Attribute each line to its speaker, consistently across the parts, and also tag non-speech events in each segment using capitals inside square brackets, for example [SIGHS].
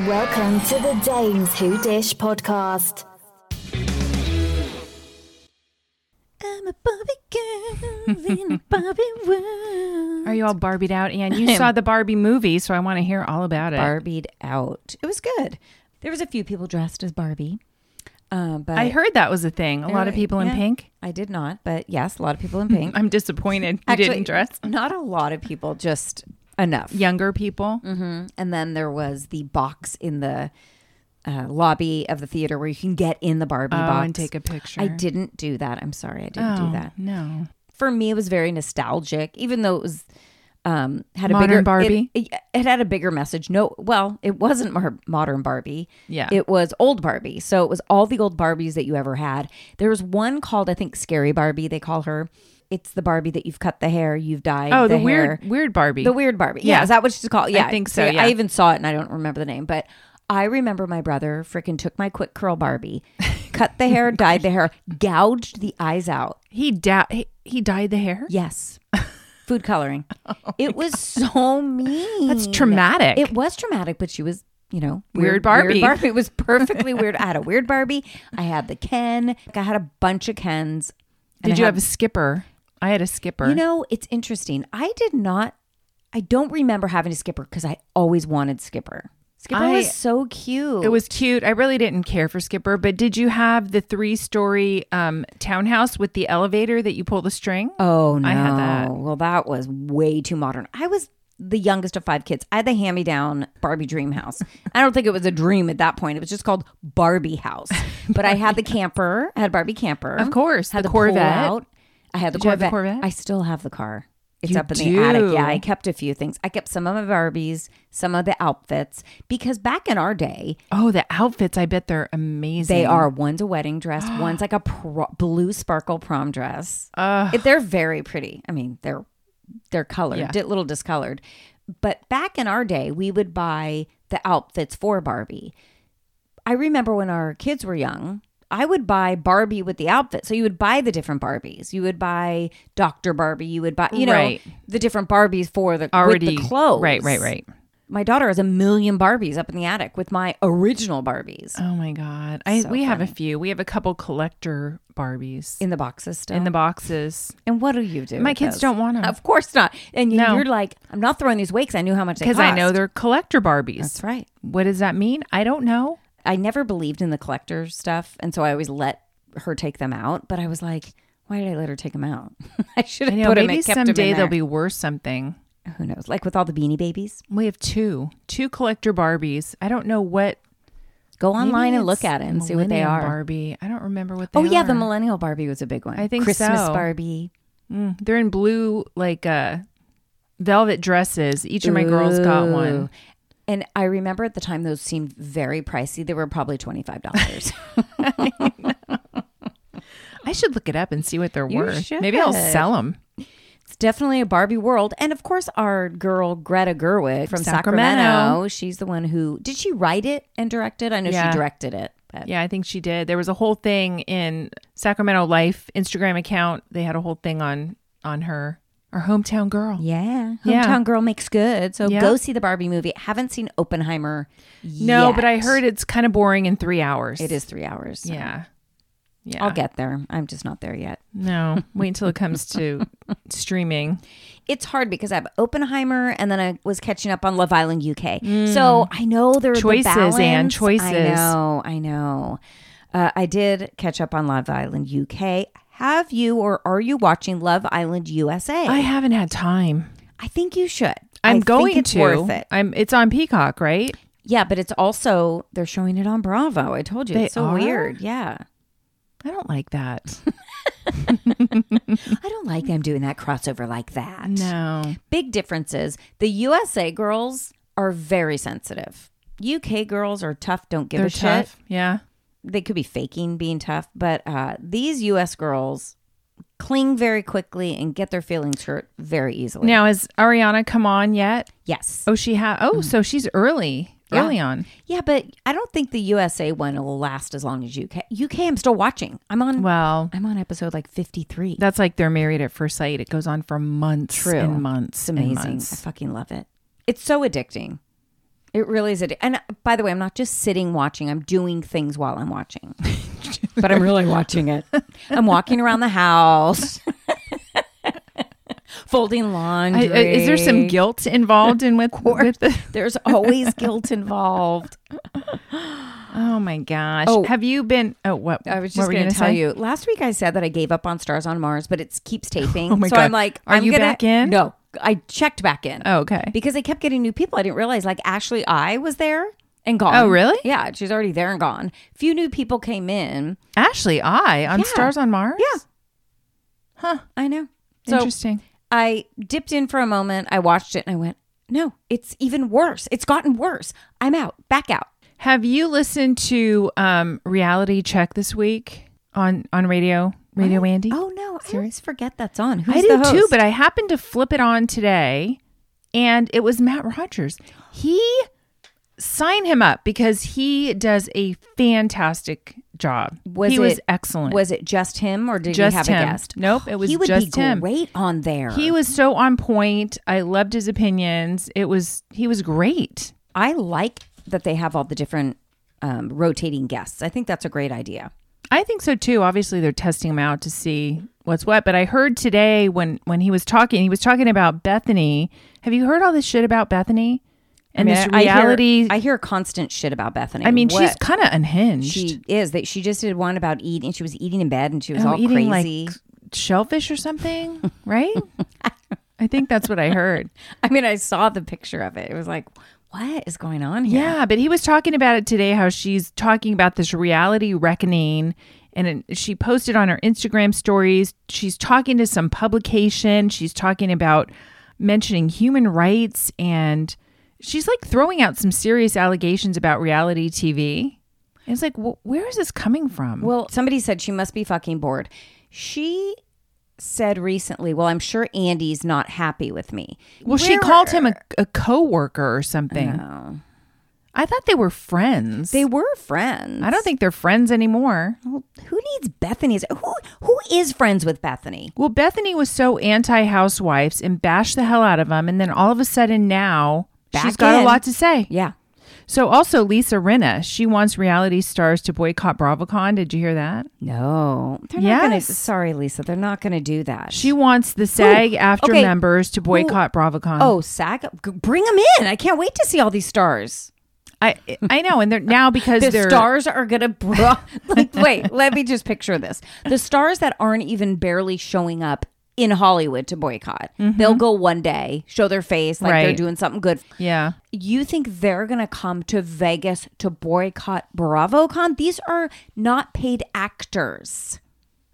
Speaker 1: Welcome to the Dames Who Dish podcast.
Speaker 2: I'm a Barbie girl in
Speaker 3: [LAUGHS]
Speaker 2: a Barbie world.
Speaker 3: Are you all Barbied out? And you saw the Barbie movie, so I want to hear all about it.
Speaker 2: Barbied out. It was good. There was a few people dressed as Barbie. Uh, but
Speaker 3: I heard that was a thing. A lot of people in
Speaker 2: Yeah.
Speaker 3: pink.
Speaker 2: I did not, but yes, a lot of people
Speaker 3: [LAUGHS]
Speaker 2: in pink.
Speaker 3: I'm disappointed you didn't dress.
Speaker 2: Not a lot of people, just enough.
Speaker 3: Younger people.
Speaker 2: Mm-hmm. And then there was the box in the uh, lobby of the theater where you can get in the Barbie
Speaker 3: Oh,
Speaker 2: box
Speaker 3: and take a picture.
Speaker 2: I didn't do that. I'm sorry, I didn't
Speaker 3: oh,
Speaker 2: do that.
Speaker 3: No.
Speaker 2: For me, it was very nostalgic, even though it was um, had a
Speaker 3: Modern
Speaker 2: bigger
Speaker 3: Barbie?
Speaker 2: It, it, it had a bigger message. No, well, it wasn't mar- modern Barbie.
Speaker 3: Yeah.
Speaker 2: it was old Barbie. So it was all the old Barbies that you ever had. There was one called, I think, Scary Barbie. They call her. It's the Barbie that you've cut the hair, you've dyed.
Speaker 3: Oh, the,
Speaker 2: hair.
Speaker 3: weird, weird Barbie.
Speaker 2: The weird Barbie. Yeah.
Speaker 3: Yeah.
Speaker 2: Is that what she's called? Yeah.
Speaker 3: think so, yeah.
Speaker 2: I even saw it and I don't remember the name, but I remember my brother freaking took my quick curl Barbie, cut the hair, dyed the hair, gouged the eyes out.
Speaker 3: he, da- he he dyed the hair.
Speaker 2: Yes. Food
Speaker 3: [LAUGHS]
Speaker 2: coloring. it was so mean.
Speaker 3: Oh That's traumatic.
Speaker 2: It was traumatic, but she was, you know,
Speaker 3: Weird Barbie.
Speaker 2: Barbie was
Speaker 3: [LAUGHS]
Speaker 2: perfectly weird. I had a weird Barbie. I had the Ken. Like, I had a bunch of Kens. And
Speaker 3: Did
Speaker 2: I
Speaker 3: you
Speaker 2: had-
Speaker 3: have a skipper? I had a skipper.
Speaker 2: You know, it's interesting. I did not. I don't remember having a skipper because I always wanted skipper. Skipper
Speaker 3: I-
Speaker 2: was so cute.
Speaker 3: it was cute. I really didn't care for Skipper, but did you have the three-story um, townhouse with the elevator that you pull the string?
Speaker 2: Oh no!
Speaker 3: I had that.
Speaker 2: Well, that was way too modern. I was the youngest of five kids. I had the hand-me-down Barbie dream house. I don't think it was a dream at that point. It was just called Barbie
Speaker 3: [LAUGHS]
Speaker 2: house. But I had the camper. I had Barbie camper.
Speaker 3: Of course,
Speaker 2: had
Speaker 3: the
Speaker 2: the, pool
Speaker 3: Corvette.
Speaker 2: out. I had the
Speaker 3: Did you have
Speaker 2: Corvette.
Speaker 3: the Corvette?
Speaker 2: I still have the car. It's
Speaker 3: You
Speaker 2: up in the attic.
Speaker 3: do?
Speaker 2: Yeah, I kept a few things. I kept some of my Barbies, some of the outfits, because back in our day,
Speaker 3: Oh, the outfits! I bet they're amazing.
Speaker 2: they are one's a wedding dress,
Speaker 3: [GASPS]
Speaker 2: one's like a pro- blue sparkle prom dress. It- they're very pretty. I mean, they're they're colored,
Speaker 3: Yeah.
Speaker 2: di- little discolored. But back in our day, we would buy the outfits for Barbie. I remember when our kids were young, I would buy Barbie with the outfit. So you would buy the different Barbies. You would buy Dr. Barbie, you would buy, you know,
Speaker 3: Right.
Speaker 2: the different Barbies for the
Speaker 3: already
Speaker 2: with the clothes.
Speaker 3: Right, right, right.
Speaker 2: My daughter has a million Barbies up in the attic with my original Barbies.
Speaker 3: Oh my god! I
Speaker 2: So
Speaker 3: we have a
Speaker 2: funny.
Speaker 3: few. We have a couple collector Barbies in,
Speaker 2: in the boxes still.
Speaker 3: the boxes.
Speaker 2: and what do you do?
Speaker 3: My
Speaker 2: with
Speaker 3: kids
Speaker 2: those?
Speaker 3: don't want 'em.
Speaker 2: Of course not. And
Speaker 3: No.
Speaker 2: you're like, I'm not throwing these away because I knew how much they cost.
Speaker 3: Because I know they're collector Barbies.
Speaker 2: That's right.
Speaker 3: What does that mean? I don't know.
Speaker 2: I never believed in the collector stuff, and so I always let her take them out. But I was like, why did I let her take them out? [LAUGHS] I should
Speaker 3: I
Speaker 2: have
Speaker 3: know.
Speaker 2: put them.
Speaker 3: Maybe
Speaker 2: and kept 'em in
Speaker 3: someday they'll
Speaker 2: there.
Speaker 3: be worth something.
Speaker 2: Who knows? Like with all the beanie babies,
Speaker 3: We have two, two collector Barbies. I don't know what.
Speaker 2: go
Speaker 3: maybe
Speaker 2: online and
Speaker 3: it's
Speaker 2: look at it and see what they
Speaker 3: Millennium
Speaker 2: are.
Speaker 3: Barbie. I don't remember what they
Speaker 2: oh yeah,
Speaker 3: are.
Speaker 2: the millennial Barbie was a big one.
Speaker 3: I think
Speaker 2: Christmas
Speaker 3: so.
Speaker 2: Barbie.
Speaker 3: Mm, they're in blue, like uh, velvet dresses. Each of my girls got
Speaker 2: Ooh.
Speaker 3: one.
Speaker 2: And I remember at the time those seemed very pricey. They were probably twenty five dollars. [LAUGHS]
Speaker 3: I should look it up and see what they're
Speaker 2: You
Speaker 3: worth. Maybe I'll
Speaker 2: should.
Speaker 3: sell them.
Speaker 2: It's definitely a Barbie world. And of course, our girl Greta Gerwig from Sacramento.
Speaker 3: Sacramento.
Speaker 2: She's the one who did she write it and direct it? I know
Speaker 3: Yeah.
Speaker 2: she directed it. But
Speaker 3: Yeah, I think she did. There was a whole thing in Sacramento Life Instagram account. They had a whole thing on on her, our hometown girl.
Speaker 2: yeah. Hometown
Speaker 3: Yeah.
Speaker 2: Girl makes good. So
Speaker 3: Yeah.
Speaker 2: go see the Barbie movie. Haven't seen Oppenheimer
Speaker 3: No, but I
Speaker 2: yet.
Speaker 3: heard it's kind of boring in three hours.
Speaker 2: it is three hours. so
Speaker 3: Yeah. Yeah.
Speaker 2: I'll get there. I'm just not there yet.
Speaker 3: No, wait until it comes
Speaker 2: [LAUGHS]
Speaker 3: to streaming.
Speaker 2: It's hard because I have Oppenheimer and then I was catching up on Love Island UK. So I know there are
Speaker 3: Hmm. Choices,
Speaker 2: the
Speaker 3: Anne,
Speaker 2: balance.
Speaker 3: choices.
Speaker 2: I know, I know. Uh, I did catch up on Love Island UK. Have you or are you watching Love Island USA?
Speaker 3: I
Speaker 2: I,
Speaker 3: haven't had time.
Speaker 2: think you should. I
Speaker 3: I'm
Speaker 2: think
Speaker 3: going
Speaker 2: it's
Speaker 3: to.
Speaker 2: worth it.
Speaker 3: I'm. It's on Peacock, right?
Speaker 2: Yeah, but it's also they're showing it on Bravo. I told you
Speaker 3: They
Speaker 2: it's so
Speaker 3: are?
Speaker 2: weird. Yeah,
Speaker 3: I don't like that.
Speaker 2: I don't like them doing that crossover like that.
Speaker 3: [LAUGHS] no.
Speaker 2: big differences. The USA girls are very sensitive. UK girls are tough. Don't give
Speaker 3: They're
Speaker 2: a shit.
Speaker 3: tough. Yeah.
Speaker 2: they could be faking being tough, but uh, these U.S. girls cling very quickly and get their feelings hurt very easily.
Speaker 3: Now has Ariana come on yet?
Speaker 2: Yes.
Speaker 3: Oh, she ha Oh, so she's early.
Speaker 2: Mm. Yeah.
Speaker 3: Early on.
Speaker 2: Yeah, but I don't think the USA one will last as long as UK. UK, I'm still watching. I'm on.
Speaker 3: Well,
Speaker 2: I'm on episode like 53.
Speaker 3: that's like they're married at first sight. It goes on for months
Speaker 2: True.
Speaker 3: and months.
Speaker 2: It's amazing.
Speaker 3: And
Speaker 2: I
Speaker 3: months.
Speaker 2: fucking love it. It's so addicting. It really is. A, and uh, by the way, I'm not just sitting watching. I'm doing things while I'm
Speaker 3: [LAUGHS]
Speaker 2: watching, but I'm really watching it. [LAUGHS] I'm walking around the house, [LAUGHS] folding
Speaker 3: I,
Speaker 2: laundry.
Speaker 3: I- is there some guilt involved
Speaker 2: [LAUGHS]
Speaker 3: in with, with the,
Speaker 2: There's always guilt involved.
Speaker 3: Oh my gosh.
Speaker 2: Oh.
Speaker 3: Have you been Oh what
Speaker 2: I was
Speaker 3: what
Speaker 2: just
Speaker 3: were you
Speaker 2: going to
Speaker 3: gonna
Speaker 2: tell
Speaker 3: say?
Speaker 2: you. Last week I said that I gave up on Stars on Mars, but it keeps taping.
Speaker 3: [LAUGHS] Oh my
Speaker 2: so
Speaker 3: God.
Speaker 2: I'm like,
Speaker 3: Are
Speaker 2: I'm
Speaker 3: you
Speaker 2: gonna-
Speaker 3: back in?
Speaker 2: No, I checked back in.
Speaker 3: Oh, okay.
Speaker 2: because I kept getting new people. I didn't realize like Ashley I was there and gone.
Speaker 3: Oh, really?
Speaker 2: Yeah, she's already there and gone. Few new people came in.
Speaker 3: Ashley I on Stars on Mars?
Speaker 2: Yeah. Huh. I know. So
Speaker 3: Interesting.
Speaker 2: I dipped in for a moment. I watched it and I went, no, it's even worse. It's gotten worse. I'm out. Back out.
Speaker 3: Have you listened to um, Reality Check this week on on radio Radio Andy?
Speaker 2: Oh no, I always forget that's on. Who's
Speaker 3: I do
Speaker 2: the host?
Speaker 3: too, but I happened to flip it on today, and it was Matt Rogers. He sign him up because he does a fantastic job.
Speaker 2: was
Speaker 3: he
Speaker 2: it,
Speaker 3: was excellent.
Speaker 2: Was it just him or did
Speaker 3: Just
Speaker 2: he have
Speaker 3: him.
Speaker 2: a guest?
Speaker 3: Nope, it was
Speaker 2: he would
Speaker 3: just
Speaker 2: be
Speaker 3: him.
Speaker 2: great on there.
Speaker 3: he was so on point. I loved his opinions. It was he was great.
Speaker 2: I like that they have all the different um, rotating guests. I think that's a great idea.
Speaker 3: I think so too. Obviously, they're testing him out to see what's what. But I heard today when when he was talking, he was talking about Bethany. Have you heard all this shit about Bethany and
Speaker 2: I mean,
Speaker 3: this
Speaker 2: I- I hear-
Speaker 3: reality?
Speaker 2: I hear, constant shit about Bethany.
Speaker 3: I mean, she's
Speaker 2: What
Speaker 3: kind of unhinged.
Speaker 2: she is that she just did one about eating. She was eating in bed and she was
Speaker 3: Oh,
Speaker 2: all
Speaker 3: eating
Speaker 2: crazy. [LAUGHS]
Speaker 3: like shellfish or something, right? I think that's what I heard.
Speaker 2: I mean, I saw the picture of it. It was like, what is going on here?
Speaker 3: Yeah, but he was talking about it today how she's talking about this reality reckoning and it, she posted on her Instagram stories. She's talking to some publication. She's talking about mentioning human rights and she's like throwing out some serious allegations about reality TV. And it's like, wh- where is this coming from?
Speaker 2: Well, somebody said she must be fucking bored. She said recently, well, I'm sure Andy's not happy with me.
Speaker 3: Well, she
Speaker 2: Where-
Speaker 3: called him a, a coworker or something.
Speaker 2: No.
Speaker 3: I thought they were friends.
Speaker 2: They Oh. were friends.
Speaker 3: I don't think they're friends anymore.
Speaker 2: Well, who needs Bethany's? Who who is friends with Bethany?
Speaker 3: Well, Bethany was so anti housewives and bashed the hell out of them. And then all of a sudden now she's
Speaker 2: Back
Speaker 3: got a
Speaker 2: in.
Speaker 3: lot to say.
Speaker 2: Yeah.
Speaker 3: So also Lisa Rinna, she wants reality stars to boycott BravoCon. Did you hear that?
Speaker 2: No. They're not gonna
Speaker 3: Yes.
Speaker 2: sorry, Lisa, they're not gonna do that.
Speaker 3: She wants the SAG after
Speaker 2: Okay.
Speaker 3: members to boycott BravoCon.
Speaker 2: Oh, SAG, g- bring them in. I can't wait to see all these stars.
Speaker 3: I I know. And they're now because
Speaker 2: The
Speaker 3: they're
Speaker 2: stars are going to bro- [LAUGHS] like wait, let me just picture this. The stars that aren't even barely showing up in Hollywood to boycott. They'll go one day, show their face like they're
Speaker 3: Mm-hmm. Right.
Speaker 2: doing something good.
Speaker 3: yeah.
Speaker 2: You think they're going to come to Vegas to boycott BravoCon? These are not paid actors.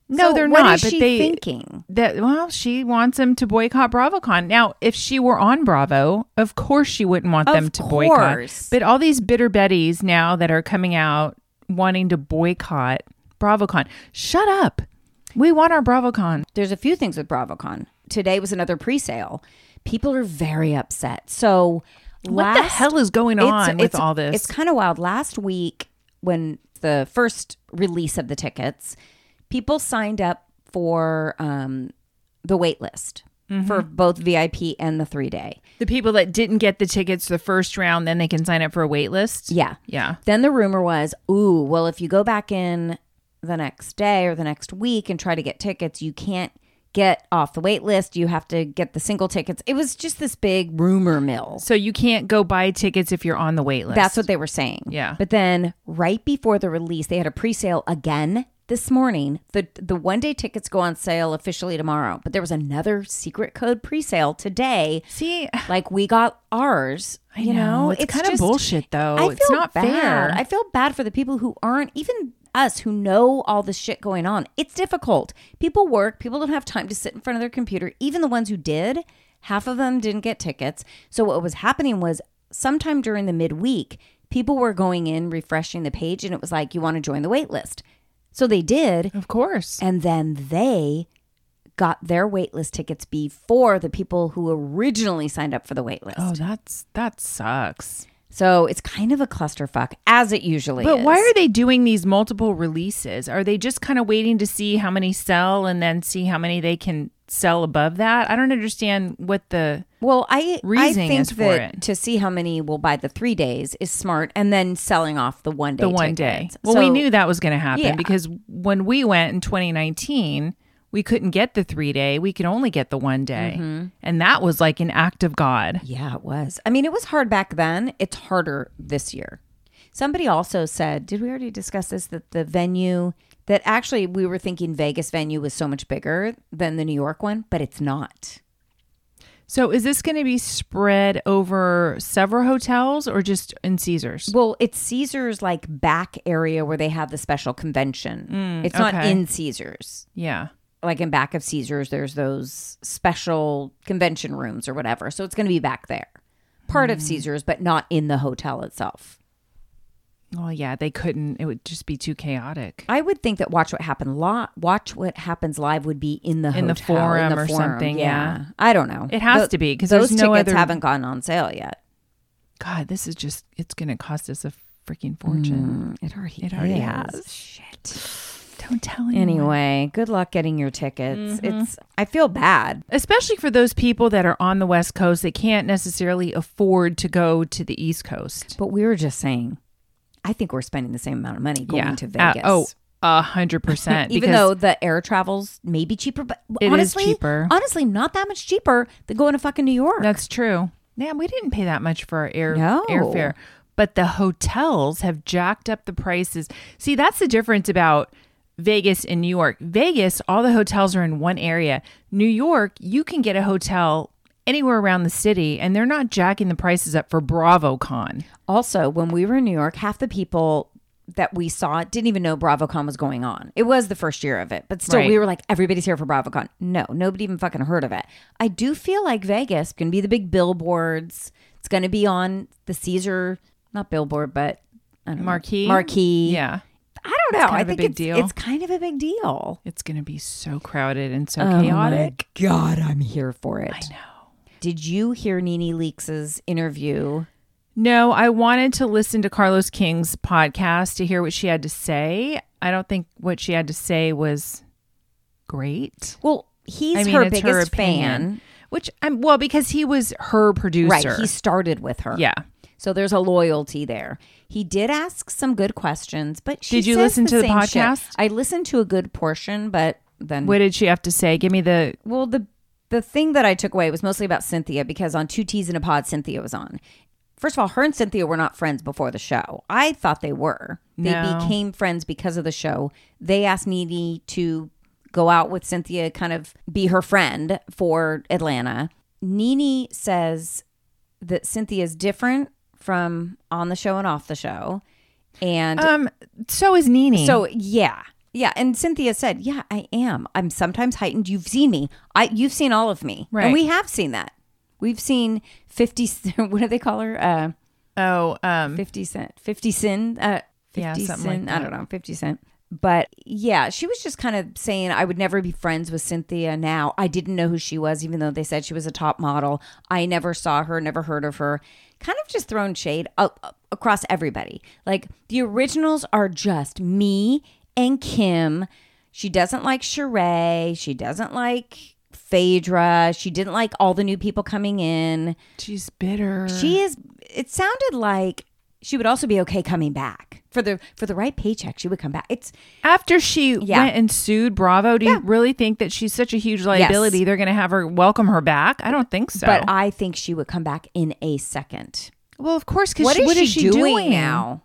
Speaker 3: No,
Speaker 2: So
Speaker 3: they're
Speaker 2: what
Speaker 3: not.
Speaker 2: is
Speaker 3: but
Speaker 2: she
Speaker 3: they
Speaker 2: thinking?
Speaker 3: that well, she wants them to boycott BravoCon. Now, if she were on Bravo, of course she wouldn't want
Speaker 2: Of
Speaker 3: them to boycott.
Speaker 2: course.
Speaker 3: But all these bitter Bettys now that are coming out wanting to boycott BravoCon, shut up. We want our BravoCon.
Speaker 2: There's a few things with BravoCon. Today was another pre-sale. People are very upset. So
Speaker 3: What the hell is going on with all this?
Speaker 2: It's kind of wild. Last week, when the first release of the tickets, people signed up for um, the wait list for both VIP and the three day.
Speaker 3: The people that didn't get the tickets the first round, then they can sign up for a wait list.
Speaker 2: Yeah.
Speaker 3: Yeah.
Speaker 2: Then the rumor was, ooh, well, if you go back in the next day or the next week and try to get tickets, you can't get off the wait list. You have to get the single tickets. It was just this big rumor mill.
Speaker 3: So you can't go buy tickets if you're on the wait list.
Speaker 2: That's what they were saying.
Speaker 3: Yeah.
Speaker 2: But then right before the release, they had a pre-sale again this morning. The the one day tickets go on sale officially tomorrow, but there was another secret code pre-sale today.
Speaker 3: See, [SIGHS]
Speaker 2: Like we got ours.
Speaker 3: I
Speaker 2: you know,
Speaker 3: know. It's kinda
Speaker 2: just-
Speaker 3: bullshit, though.
Speaker 2: I feel
Speaker 3: It's not
Speaker 2: bad.
Speaker 3: fair.
Speaker 2: I feel bad for the people who aren't even us who know all this shit going on. It's difficult. People work. People don't have time to sit in front of their computer. Even the ones who did, half of them didn't get tickets. So what was happening was sometime during the midweek, people were going in refreshing the page, and it was like, "You want to join the wait list?" So they did,
Speaker 3: of course.
Speaker 2: and then they got their waitlist tickets before the people who originally signed up for the waitlist.
Speaker 3: Oh, that's that sucks.
Speaker 2: So it's kind of a clusterfuck, as it usually
Speaker 3: But
Speaker 2: is.
Speaker 3: why are they doing these multiple releases? Are they just kind of waiting to see how many sell and then see how many they can sell above that. I don't understand what the
Speaker 2: Well, I I
Speaker 3: Reasoning
Speaker 2: think
Speaker 3: is for
Speaker 2: that
Speaker 3: it.
Speaker 2: to see how many will buy the three days is smart, and then selling off the one day.
Speaker 3: the one day.
Speaker 2: tickets.
Speaker 3: Well, we
Speaker 2: So-
Speaker 3: knew that was going to happen
Speaker 2: Yeah.
Speaker 3: because when we went in 2019, we couldn't get the three day. We could only get the one day,
Speaker 2: Mm-hmm.
Speaker 3: and that was like an act of God.
Speaker 2: Yeah, it was. I mean, it was hard back then. It's harder this year. Somebody also said, did we already discuss this? That the venue that actually we were thinking Vegas venue was so much bigger than the New York one, but it's not.
Speaker 3: So is this going to be spread over several hotels or just in Caesars?
Speaker 2: Well, it's Caesar's like back area where they have the special convention. it's not
Speaker 3: Mm, okay.
Speaker 2: in Caesar's.
Speaker 3: Yeah.
Speaker 2: Like in back of Caesar's, there's those special convention rooms or whatever. So it's going to be back there, part
Speaker 3: Hmm.
Speaker 2: of Caesar's, but not in the hotel itself.
Speaker 3: Well, yeah, they couldn't. It would just be too chaotic.
Speaker 2: I would think that Watch What Happen Lo- Watch What Happens Live would be in the
Speaker 3: In the
Speaker 2: hotel,
Speaker 3: forum or something, yeah.
Speaker 2: I don't know.
Speaker 3: It has
Speaker 2: Tho-
Speaker 3: to be, 'cause
Speaker 2: those
Speaker 3: there's no
Speaker 2: tickets
Speaker 3: other-
Speaker 2: haven't gone on sale yet.
Speaker 3: God, this is just, it's going to cost us a freaking fortune.
Speaker 2: It already
Speaker 3: Mm, It already has.
Speaker 2: Shit.
Speaker 3: Don't tell anyone.
Speaker 2: Anyway, good luck getting your tickets.
Speaker 3: Mm-hmm.
Speaker 2: It's I feel bad.
Speaker 3: Especially for those people that are on the West Coast, they can't necessarily afford to go to the East Coast.
Speaker 2: But we were just saying, I think we're spending the same amount of money going to
Speaker 3: Uh,
Speaker 2: Vegas.
Speaker 3: oh, a hundred
Speaker 2: [LAUGHS]
Speaker 3: percent.
Speaker 2: even
Speaker 3: because-
Speaker 2: though the air travels may be cheaper, but
Speaker 3: It is
Speaker 2: honestly,
Speaker 3: cheaper.
Speaker 2: honestly, not that much cheaper than going to fucking New York.
Speaker 3: that's true. Yeah, we didn't pay that much for our air
Speaker 2: No.
Speaker 3: airfare, but the hotels have jacked up the prices. See, that's the difference about Vegas and New York. Vegas, all the hotels are in one area. New York, you can get a hotel anywhere around the city, and they're not jacking the prices up for BravoCon.
Speaker 2: Also, when we were in New York, half the people that we saw didn't even know BravoCon was going on. It was the first year of it, but still, we
Speaker 3: Right.
Speaker 2: were like, everybody's here for BravoCon. No, nobody even fucking heard of it. I do feel like Vegas going to be the big billboards. It's going to be on the Caesar, not billboard, but I don't know.
Speaker 3: Marquee?
Speaker 2: Marquee.
Speaker 3: Yeah.
Speaker 2: I don't know.
Speaker 3: kind
Speaker 2: I
Speaker 3: of a
Speaker 2: think
Speaker 3: big
Speaker 2: it's,
Speaker 3: deal.
Speaker 2: it's kind of a big deal.
Speaker 3: It's going to be so crowded and so
Speaker 2: Oh my
Speaker 3: chaotic.
Speaker 2: God, I'm here for it. I know. Did you hear Nene Leakes' interview?
Speaker 3: No, I wanted to listen to Carlos King's podcast to hear what she had to say. I don't think what she had to say was great.
Speaker 2: Well, he's
Speaker 3: I mean,
Speaker 2: her
Speaker 3: it's
Speaker 2: biggest
Speaker 3: her
Speaker 2: fan.
Speaker 3: opinion, which I'm well because he was her producer.
Speaker 2: Right. He started with her.
Speaker 3: yeah.
Speaker 2: So there's a loyalty there. He did ask some good questions, but she
Speaker 3: Did you
Speaker 2: says
Speaker 3: listen to the
Speaker 2: same shit.
Speaker 3: podcast?
Speaker 2: I listened to a good portion, but then
Speaker 3: What did she have to say? Give me the
Speaker 2: well the the thing that I took away was mostly about Cynthia because on two T's in a pod Cynthia was on. First of all, her and Cynthia were not friends before the show. I thought they were. They
Speaker 3: No.
Speaker 2: became friends because of the show. They asked Nene to go out with Cynthia, kind of be her friend for Atlanta. Nene says that Cynthia is different from on the show and off the show. And
Speaker 3: um. So is Nene.
Speaker 2: so yeah. Yeah, and Cynthia said, "Yeah, I am. I'm sometimes heightened. You've seen me. I you've seen all of me.
Speaker 3: Right.
Speaker 2: And we have seen that. We've seen 50 [LAUGHS] what do they call her? Uh
Speaker 3: oh um
Speaker 2: 50 cent. 50 cent uh 50
Speaker 3: Yeah, something like
Speaker 2: cent. I don't know, 50 cent. But yeah, she was just kind of saying I would never be friends with Cynthia now. I didn't know who she was even though they said she was a top model. I never saw her, never heard of her. Kind of just thrown shade a- a- across everybody. Like the originals are just me and Kim. She doesn't like Sheree. She doesn't like Phaedra. She didn't like all the new people coming in.
Speaker 3: she's bitter.
Speaker 2: She is. It sounded like she would also be okay coming back for the for the right paycheck. She would come back. It's
Speaker 3: after she
Speaker 2: Yeah.
Speaker 3: went and sued Bravo. Do you really think that she's such a huge liability? They're going to have her welcome her back? I don't think so.
Speaker 2: but uh, I think she would come back in a second.
Speaker 3: well, of course, because
Speaker 2: What is
Speaker 3: what is she
Speaker 2: doing, now?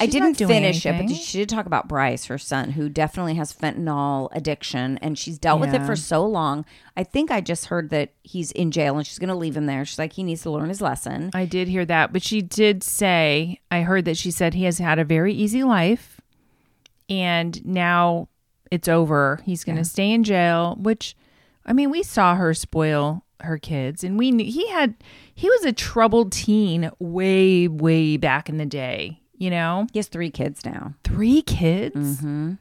Speaker 2: I
Speaker 3: She's not
Speaker 2: didn't
Speaker 3: doing
Speaker 2: finish it, but
Speaker 3: anything.
Speaker 2: she did talk about Bryce, her son, who definitely has fentanyl addiction, and she's dealt with it
Speaker 3: Yeah.
Speaker 2: for so long. I think I just heard that he's in jail, and she's going to leave him there. She's like, he needs to learn his lesson.
Speaker 3: I did hear that, but she did say, I heard that she said he has had a very easy life and now it's over. He's going to stay in jail, which I mean, we saw her spoil her kids and we knew he had he was a troubled teen way way back in the day, you know?
Speaker 2: He has three kids now.
Speaker 3: 3 kids. And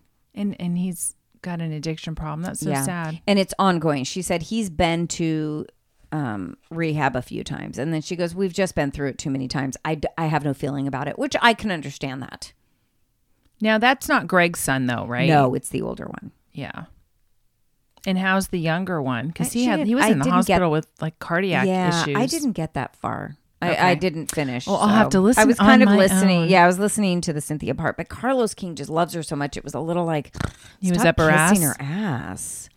Speaker 3: and he's got an addiction problem. That's so sad.
Speaker 2: And it's ongoing. She said he's been to um, rehab a few times. And then she goes, We've just been through it too many times. I, d- I have no feeling about it, which I can understand that.
Speaker 3: Now that's not Greg's son though, right?
Speaker 2: No, it's the older one.
Speaker 3: Yeah. And how's the younger one? Because he
Speaker 2: She
Speaker 3: had
Speaker 2: did-
Speaker 3: he was
Speaker 2: I
Speaker 3: in the
Speaker 2: didn't get-
Speaker 3: hospital with like cardiac
Speaker 2: yeah,
Speaker 3: issues.
Speaker 2: I didn't get that far. I, I didn't finish.
Speaker 3: Well, I'll have
Speaker 2: so
Speaker 3: to listen
Speaker 2: I was
Speaker 3: on
Speaker 2: kind of
Speaker 3: my
Speaker 2: listening.
Speaker 3: own.
Speaker 2: Yeah, I was listening to the Cynthia part, but Carlos King just loves her so much. It was a little like
Speaker 3: He was
Speaker 2: stop
Speaker 3: up her
Speaker 2: kissing
Speaker 3: ass?
Speaker 2: her ass.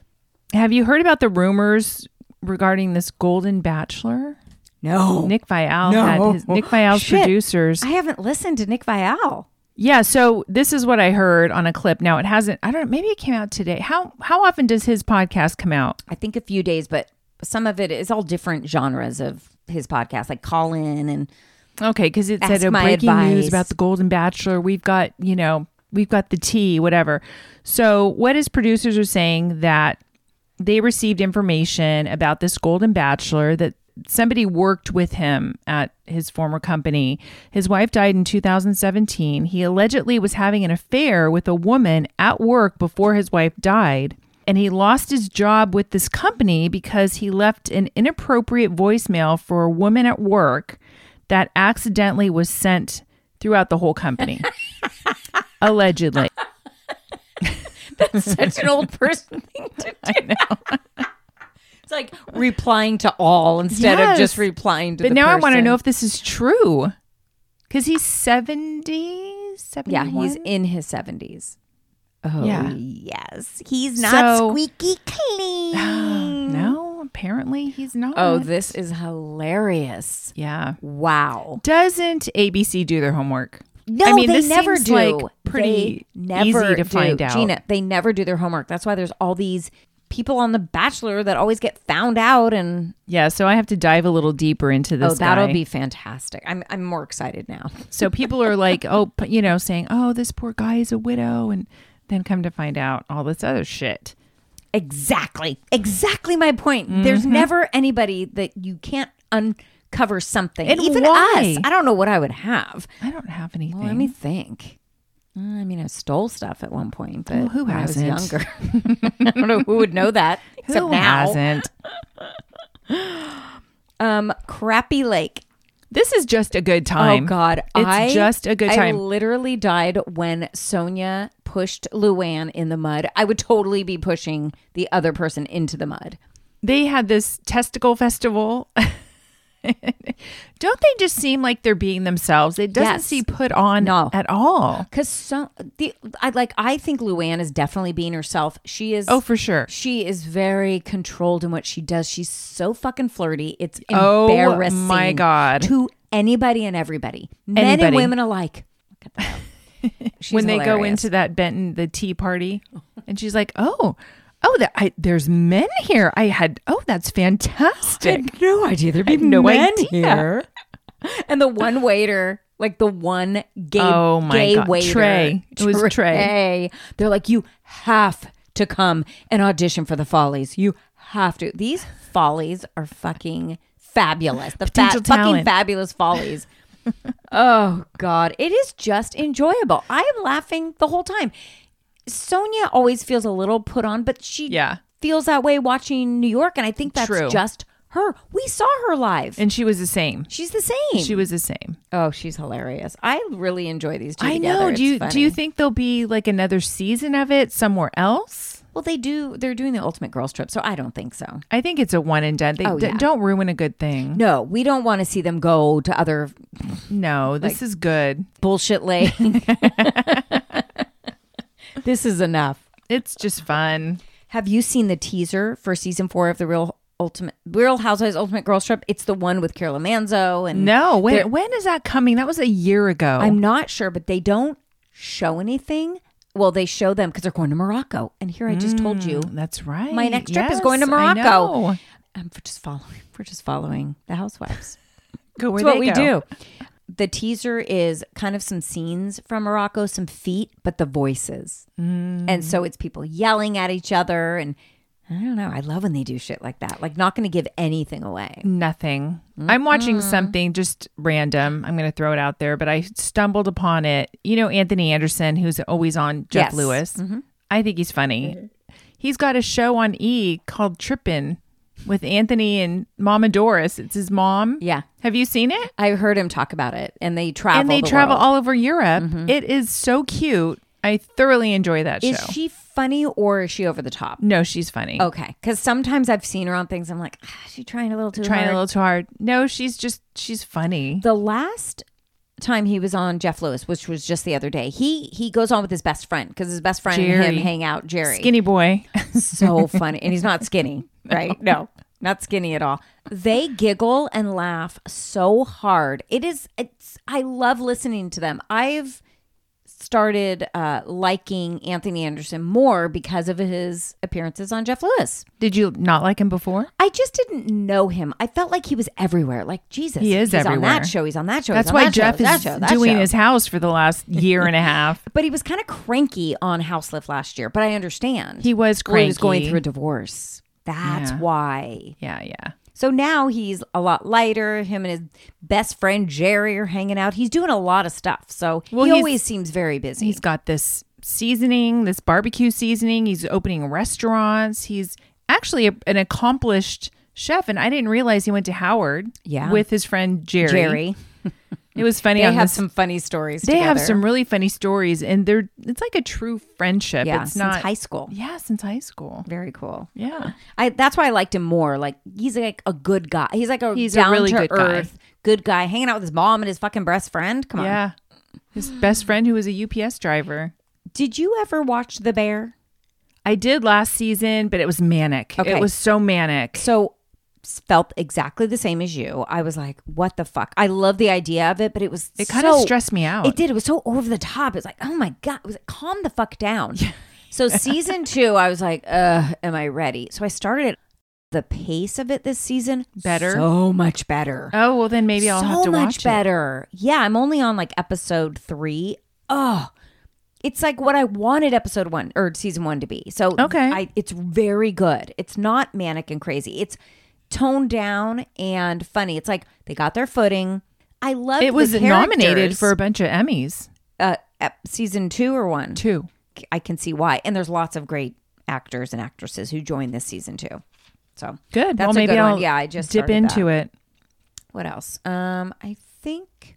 Speaker 3: Have you heard about the rumors regarding this Golden Bachelor?
Speaker 2: No,
Speaker 3: Nick Vial had his Nick Vial's
Speaker 2: Shit.
Speaker 3: producers.
Speaker 2: I haven't listened to Nick Vial.
Speaker 3: Yeah, so this is what I heard on a clip. Now it hasn't. I don't. Maybe it came out today. How how often does his podcast come out?
Speaker 2: I think a few days, but some of it is all different genres of his podcast, like call in and
Speaker 3: Okay, because it said
Speaker 2: Ask
Speaker 3: oh,
Speaker 2: my
Speaker 3: breaking news
Speaker 2: advice.
Speaker 3: about the Golden Bachelor. We've got you know we've got the tea, whatever. So what his producers are saying that they received information about this Golden Bachelor that somebody worked with him at his former company. His wife died in 2017. He allegedly was having an affair with a woman at work before his wife died. And he lost his job with this company because he left an inappropriate voicemail for a woman at work that accidentally was sent throughout the
Speaker 2: [LAUGHS]
Speaker 3: whole company. allegedly.
Speaker 2: such an old person thing to
Speaker 3: [LAUGHS]
Speaker 2: do. it's like replying to all instead of
Speaker 3: Yes.
Speaker 2: just replying to
Speaker 3: But
Speaker 2: the
Speaker 3: now I want to
Speaker 2: person.
Speaker 3: know if this is true. Because he's 70,
Speaker 2: Yeah,
Speaker 3: 71?
Speaker 2: he's in his 70s. Oh,
Speaker 3: Yeah.
Speaker 2: yes. He's
Speaker 3: So-
Speaker 2: squeaky clean.
Speaker 3: No, apparently he's not.
Speaker 2: [GASPS] oh, this is hilarious.
Speaker 3: yeah.
Speaker 2: Wow.
Speaker 3: Doesn't ABC do their homework?
Speaker 2: No,
Speaker 3: I mean,
Speaker 2: they
Speaker 3: this
Speaker 2: never
Speaker 3: seems
Speaker 2: do.
Speaker 3: like pretty
Speaker 2: They never
Speaker 3: easy to
Speaker 2: do.
Speaker 3: find out.
Speaker 2: Gina, they never do their homework. That's why there's all these people on The Bachelor that always get found out and
Speaker 3: Yeah, so I have to dive a little deeper into this.
Speaker 2: oh, that'll
Speaker 3: guy.
Speaker 2: be fantastic. I'm I'm more excited now. [LAUGHS]
Speaker 3: so people are like, oh, p- you know, saying, oh, this poor guy is a widow, and then come to find out all this other shit.
Speaker 2: Exactly. Exactly my point. There's
Speaker 3: Mm-hmm.
Speaker 2: never anybody that you can't uncover something.
Speaker 3: And
Speaker 2: Even
Speaker 3: why?
Speaker 2: us. I don't know what I would have.
Speaker 3: I don't have anything.
Speaker 2: Well, let me think. Uh, I mean, I stole stuff at one point, but
Speaker 3: Well, Oh, who
Speaker 2: when I
Speaker 3: hasn't?
Speaker 2: was younger. [LAUGHS] I don't know who would know
Speaker 3: [LAUGHS]
Speaker 2: that except
Speaker 3: Who
Speaker 2: now.
Speaker 3: hasn't?
Speaker 2: Um, Crappy Lake.
Speaker 3: This is just a good time.
Speaker 2: Oh God,
Speaker 3: it's
Speaker 2: I,
Speaker 3: just a good
Speaker 2: I
Speaker 3: time.
Speaker 2: literally died when Sonia pushed Luann in the mud. I would totally be pushing the other person into the mud.
Speaker 3: they had this testicle festival. Don't they just seem like they're being themselves? It doesn't
Speaker 2: Yes.
Speaker 3: seem put on
Speaker 2: No.
Speaker 3: at all.
Speaker 2: Cause so the I like I think Luann is definitely being herself. She is
Speaker 3: Oh, for sure.
Speaker 2: She is very controlled in what she does. She's so fucking flirty. It's
Speaker 3: Oh, my
Speaker 2: embarrassing.
Speaker 3: God.
Speaker 2: To anybody and everybody, men
Speaker 3: Anybody.
Speaker 2: and women alike. Look at
Speaker 3: [LAUGHS]
Speaker 2: that. She's
Speaker 3: when they go
Speaker 2: hilarious.
Speaker 3: into that Benton the tea party, and she's like, "Oh, oh, that I, there's men here. I had oh, that's fantastic.
Speaker 2: no idea there'd be
Speaker 3: no
Speaker 2: men
Speaker 3: idea.
Speaker 2: here. And the one waiter, like the one gay,
Speaker 3: Oh my
Speaker 2: gay
Speaker 3: God.
Speaker 2: waiter,
Speaker 3: Trey. It was Trey.
Speaker 2: They're like, you have to come and audition for the Follies. You have to. These Follies are fucking fabulous. The fa-
Speaker 3: Potential
Speaker 2: fucking
Speaker 3: talent.
Speaker 2: fabulous
Speaker 3: [LAUGHS]
Speaker 2: Follies. oh God, it is just enjoyable. I am laughing the whole time. Sonia always feels a little put on, but she
Speaker 3: Yeah.
Speaker 2: feels that way watching New York, and I think that's
Speaker 3: True.
Speaker 2: just her. We saw her live.
Speaker 3: And she was the same.
Speaker 2: She's the same.
Speaker 3: She was the same.
Speaker 2: oh, she's hilarious. I really enjoy these two
Speaker 3: I
Speaker 2: together.
Speaker 3: know.
Speaker 2: It's
Speaker 3: Do you do
Speaker 2: funny.
Speaker 3: you think there'll be like another season of it somewhere else?
Speaker 2: Well, they do. They're doing the Ultimate Girls Trip, so I don't think so.
Speaker 3: I think it's a one and done. They
Speaker 2: Oh,
Speaker 3: d-
Speaker 2: yeah.
Speaker 3: don't ruin a good thing.
Speaker 2: No, we don't want to see them go to other
Speaker 3: No, this is good.
Speaker 2: bullshit lake. [LAUGHS] this is enough.
Speaker 3: It's just fun.
Speaker 2: Have you seen the teaser for season four of the Real Ultimate Real Housewives Ultimate Girls Trip? It's the one with Carol Manzo and
Speaker 3: No,
Speaker 2: They're-
Speaker 3: when, when is that coming? That was a year ago.
Speaker 2: I'm not sure, but they don't show anything. Well, they show them because they're going to Morocco, and here I just told you
Speaker 3: That's right.
Speaker 2: my next trip is
Speaker 3: Yes,
Speaker 2: going to
Speaker 3: I
Speaker 2: Morocco.
Speaker 3: know.
Speaker 2: I'm for just following. [LAUGHS] We're just following the housewives.
Speaker 3: Go [LAUGHS] where
Speaker 2: That's what
Speaker 3: they
Speaker 2: we
Speaker 3: go.
Speaker 2: do. The teaser is kind of some scenes from Morocco, some feet, but the voices, and so it's people yelling at each other, and I don't know. I love when they do shit like that. Like not going to give anything away.
Speaker 3: Nothing. I'm watching something just random. I'm going to throw it out there, but I stumbled upon it. You know Anthony Anderson, who's always on Jeff
Speaker 2: Yes. Mm-hmm.
Speaker 3: Lewis. I think he's funny. He's got a show on E called Trippin' with Anthony and Mama Doris. It's his mom.
Speaker 2: Yeah.
Speaker 3: Have you seen it?
Speaker 2: I heard him talk about it, and they travel.
Speaker 3: and they
Speaker 2: the
Speaker 3: travel
Speaker 2: world. Mm-hmm.
Speaker 3: all over Europe. It is so cute. I thoroughly enjoy that
Speaker 2: Is
Speaker 3: show.
Speaker 2: she Oh, funny or is she over the top?
Speaker 3: No, she's funny.
Speaker 2: Okay, because sometimes I've seen her on things. I'm like, ah, is she trying a little too
Speaker 3: Trying
Speaker 2: hard.
Speaker 3: a little too hard. No, she's just she's funny.
Speaker 2: the last time he was on Jeff Lewis, which was just the other day, he he goes on with his best friend because his best friend and
Speaker 3: Jerry.
Speaker 2: him hang out. Jerry,
Speaker 3: Skinny boy.
Speaker 2: [LAUGHS] so funny, and he's not
Speaker 3: [LAUGHS]
Speaker 2: skinny, right? No. Not skinny at all. They giggle and laugh so hard. It is. It's. I love listening to them. I've started uh, liking Anthony Anderson more because of his appearances on Jeff Lewis.
Speaker 3: Did you not like him before?
Speaker 2: I just didn't know him. I felt like he was everywhere. Like Jesus,
Speaker 3: He is
Speaker 2: he's on
Speaker 3: everywhere.
Speaker 2: that show. He's on that show.
Speaker 3: That's
Speaker 2: he's on
Speaker 3: why
Speaker 2: that show,
Speaker 3: Jeff
Speaker 2: that
Speaker 3: is
Speaker 2: show, that
Speaker 3: doing
Speaker 2: show.
Speaker 3: his house for
Speaker 2: [LAUGHS]
Speaker 3: the last year and a half.
Speaker 2: But he was kind of cranky on House Lift last year. But I understand
Speaker 3: He was
Speaker 2: Well, he was going
Speaker 3: cranky.
Speaker 2: through a divorce. That's
Speaker 3: Yeah.
Speaker 2: why.
Speaker 3: Yeah, yeah.
Speaker 2: So now he's a lot lighter. Him and his best friend Jerry are hanging out. He's doing a lot of stuff. So
Speaker 3: Well,
Speaker 2: he
Speaker 3: he's-
Speaker 2: always seems very busy.
Speaker 3: He's got this seasoning, this barbecue seasoning. He's opening restaurants. He's actually a, an accomplished chef, and I didn't realize he went to Howard.
Speaker 2: Yeah.
Speaker 3: with his friend Jerry.
Speaker 2: Jerry.
Speaker 3: It was funny.
Speaker 2: They
Speaker 3: on
Speaker 2: have
Speaker 3: this-
Speaker 2: some funny stories.
Speaker 3: They have
Speaker 2: together.
Speaker 3: some really funny stories, and they're it's like a true friendship.
Speaker 2: Yeah,
Speaker 3: it's
Speaker 2: since
Speaker 3: not
Speaker 2: high school.
Speaker 3: Yeah, since high school.
Speaker 2: Very cool.
Speaker 3: Yeah,
Speaker 2: I that's why I liked him more. Like he's like a good guy. He's like a
Speaker 3: He's a
Speaker 2: down
Speaker 3: really
Speaker 2: to
Speaker 3: good guy.
Speaker 2: earth good guy, hanging out with his mom and his fucking best friend. Come on.
Speaker 3: yeah. His best friend, who was a UPS driver.
Speaker 2: Did you ever watch The Bear?
Speaker 3: I did last season, but it was manic.
Speaker 2: Okay.
Speaker 3: It was so manic.
Speaker 2: So s- felt exactly the same as you. I was like, what the fuck? I love the idea of it, but it was
Speaker 3: it kind of
Speaker 2: so-
Speaker 3: stressed me out.
Speaker 2: It did. It was so over the top. It was like, oh my god. It was like, calm the fuck down. So season two, I was like, uh, am I ready? So I started it. The pace of it this season
Speaker 3: Better?
Speaker 2: so much better.
Speaker 3: Oh well, then maybe I'll
Speaker 2: so
Speaker 3: have to
Speaker 2: much
Speaker 3: watch it.
Speaker 2: better. Yeah, I'm only on like episode three. Oh, it's like what I wanted episode one or season one to be. So
Speaker 3: Okay.
Speaker 2: I, it's very good. It's not manic and crazy. It's toned down and funny. It's like they got their footing. I love
Speaker 3: It was
Speaker 2: the
Speaker 3: nominated
Speaker 2: characters.
Speaker 3: for a bunch of Emmys
Speaker 2: uh, ep- season two or one.
Speaker 3: too.
Speaker 2: I can see why, and there's lots of great actors and actresses who joined this season too. So
Speaker 3: Good.
Speaker 2: That's
Speaker 3: well,
Speaker 2: a
Speaker 3: maybe
Speaker 2: good
Speaker 3: I'll
Speaker 2: one. Yeah, I just
Speaker 3: dip
Speaker 2: started
Speaker 3: into it.
Speaker 2: what else? Um, I think.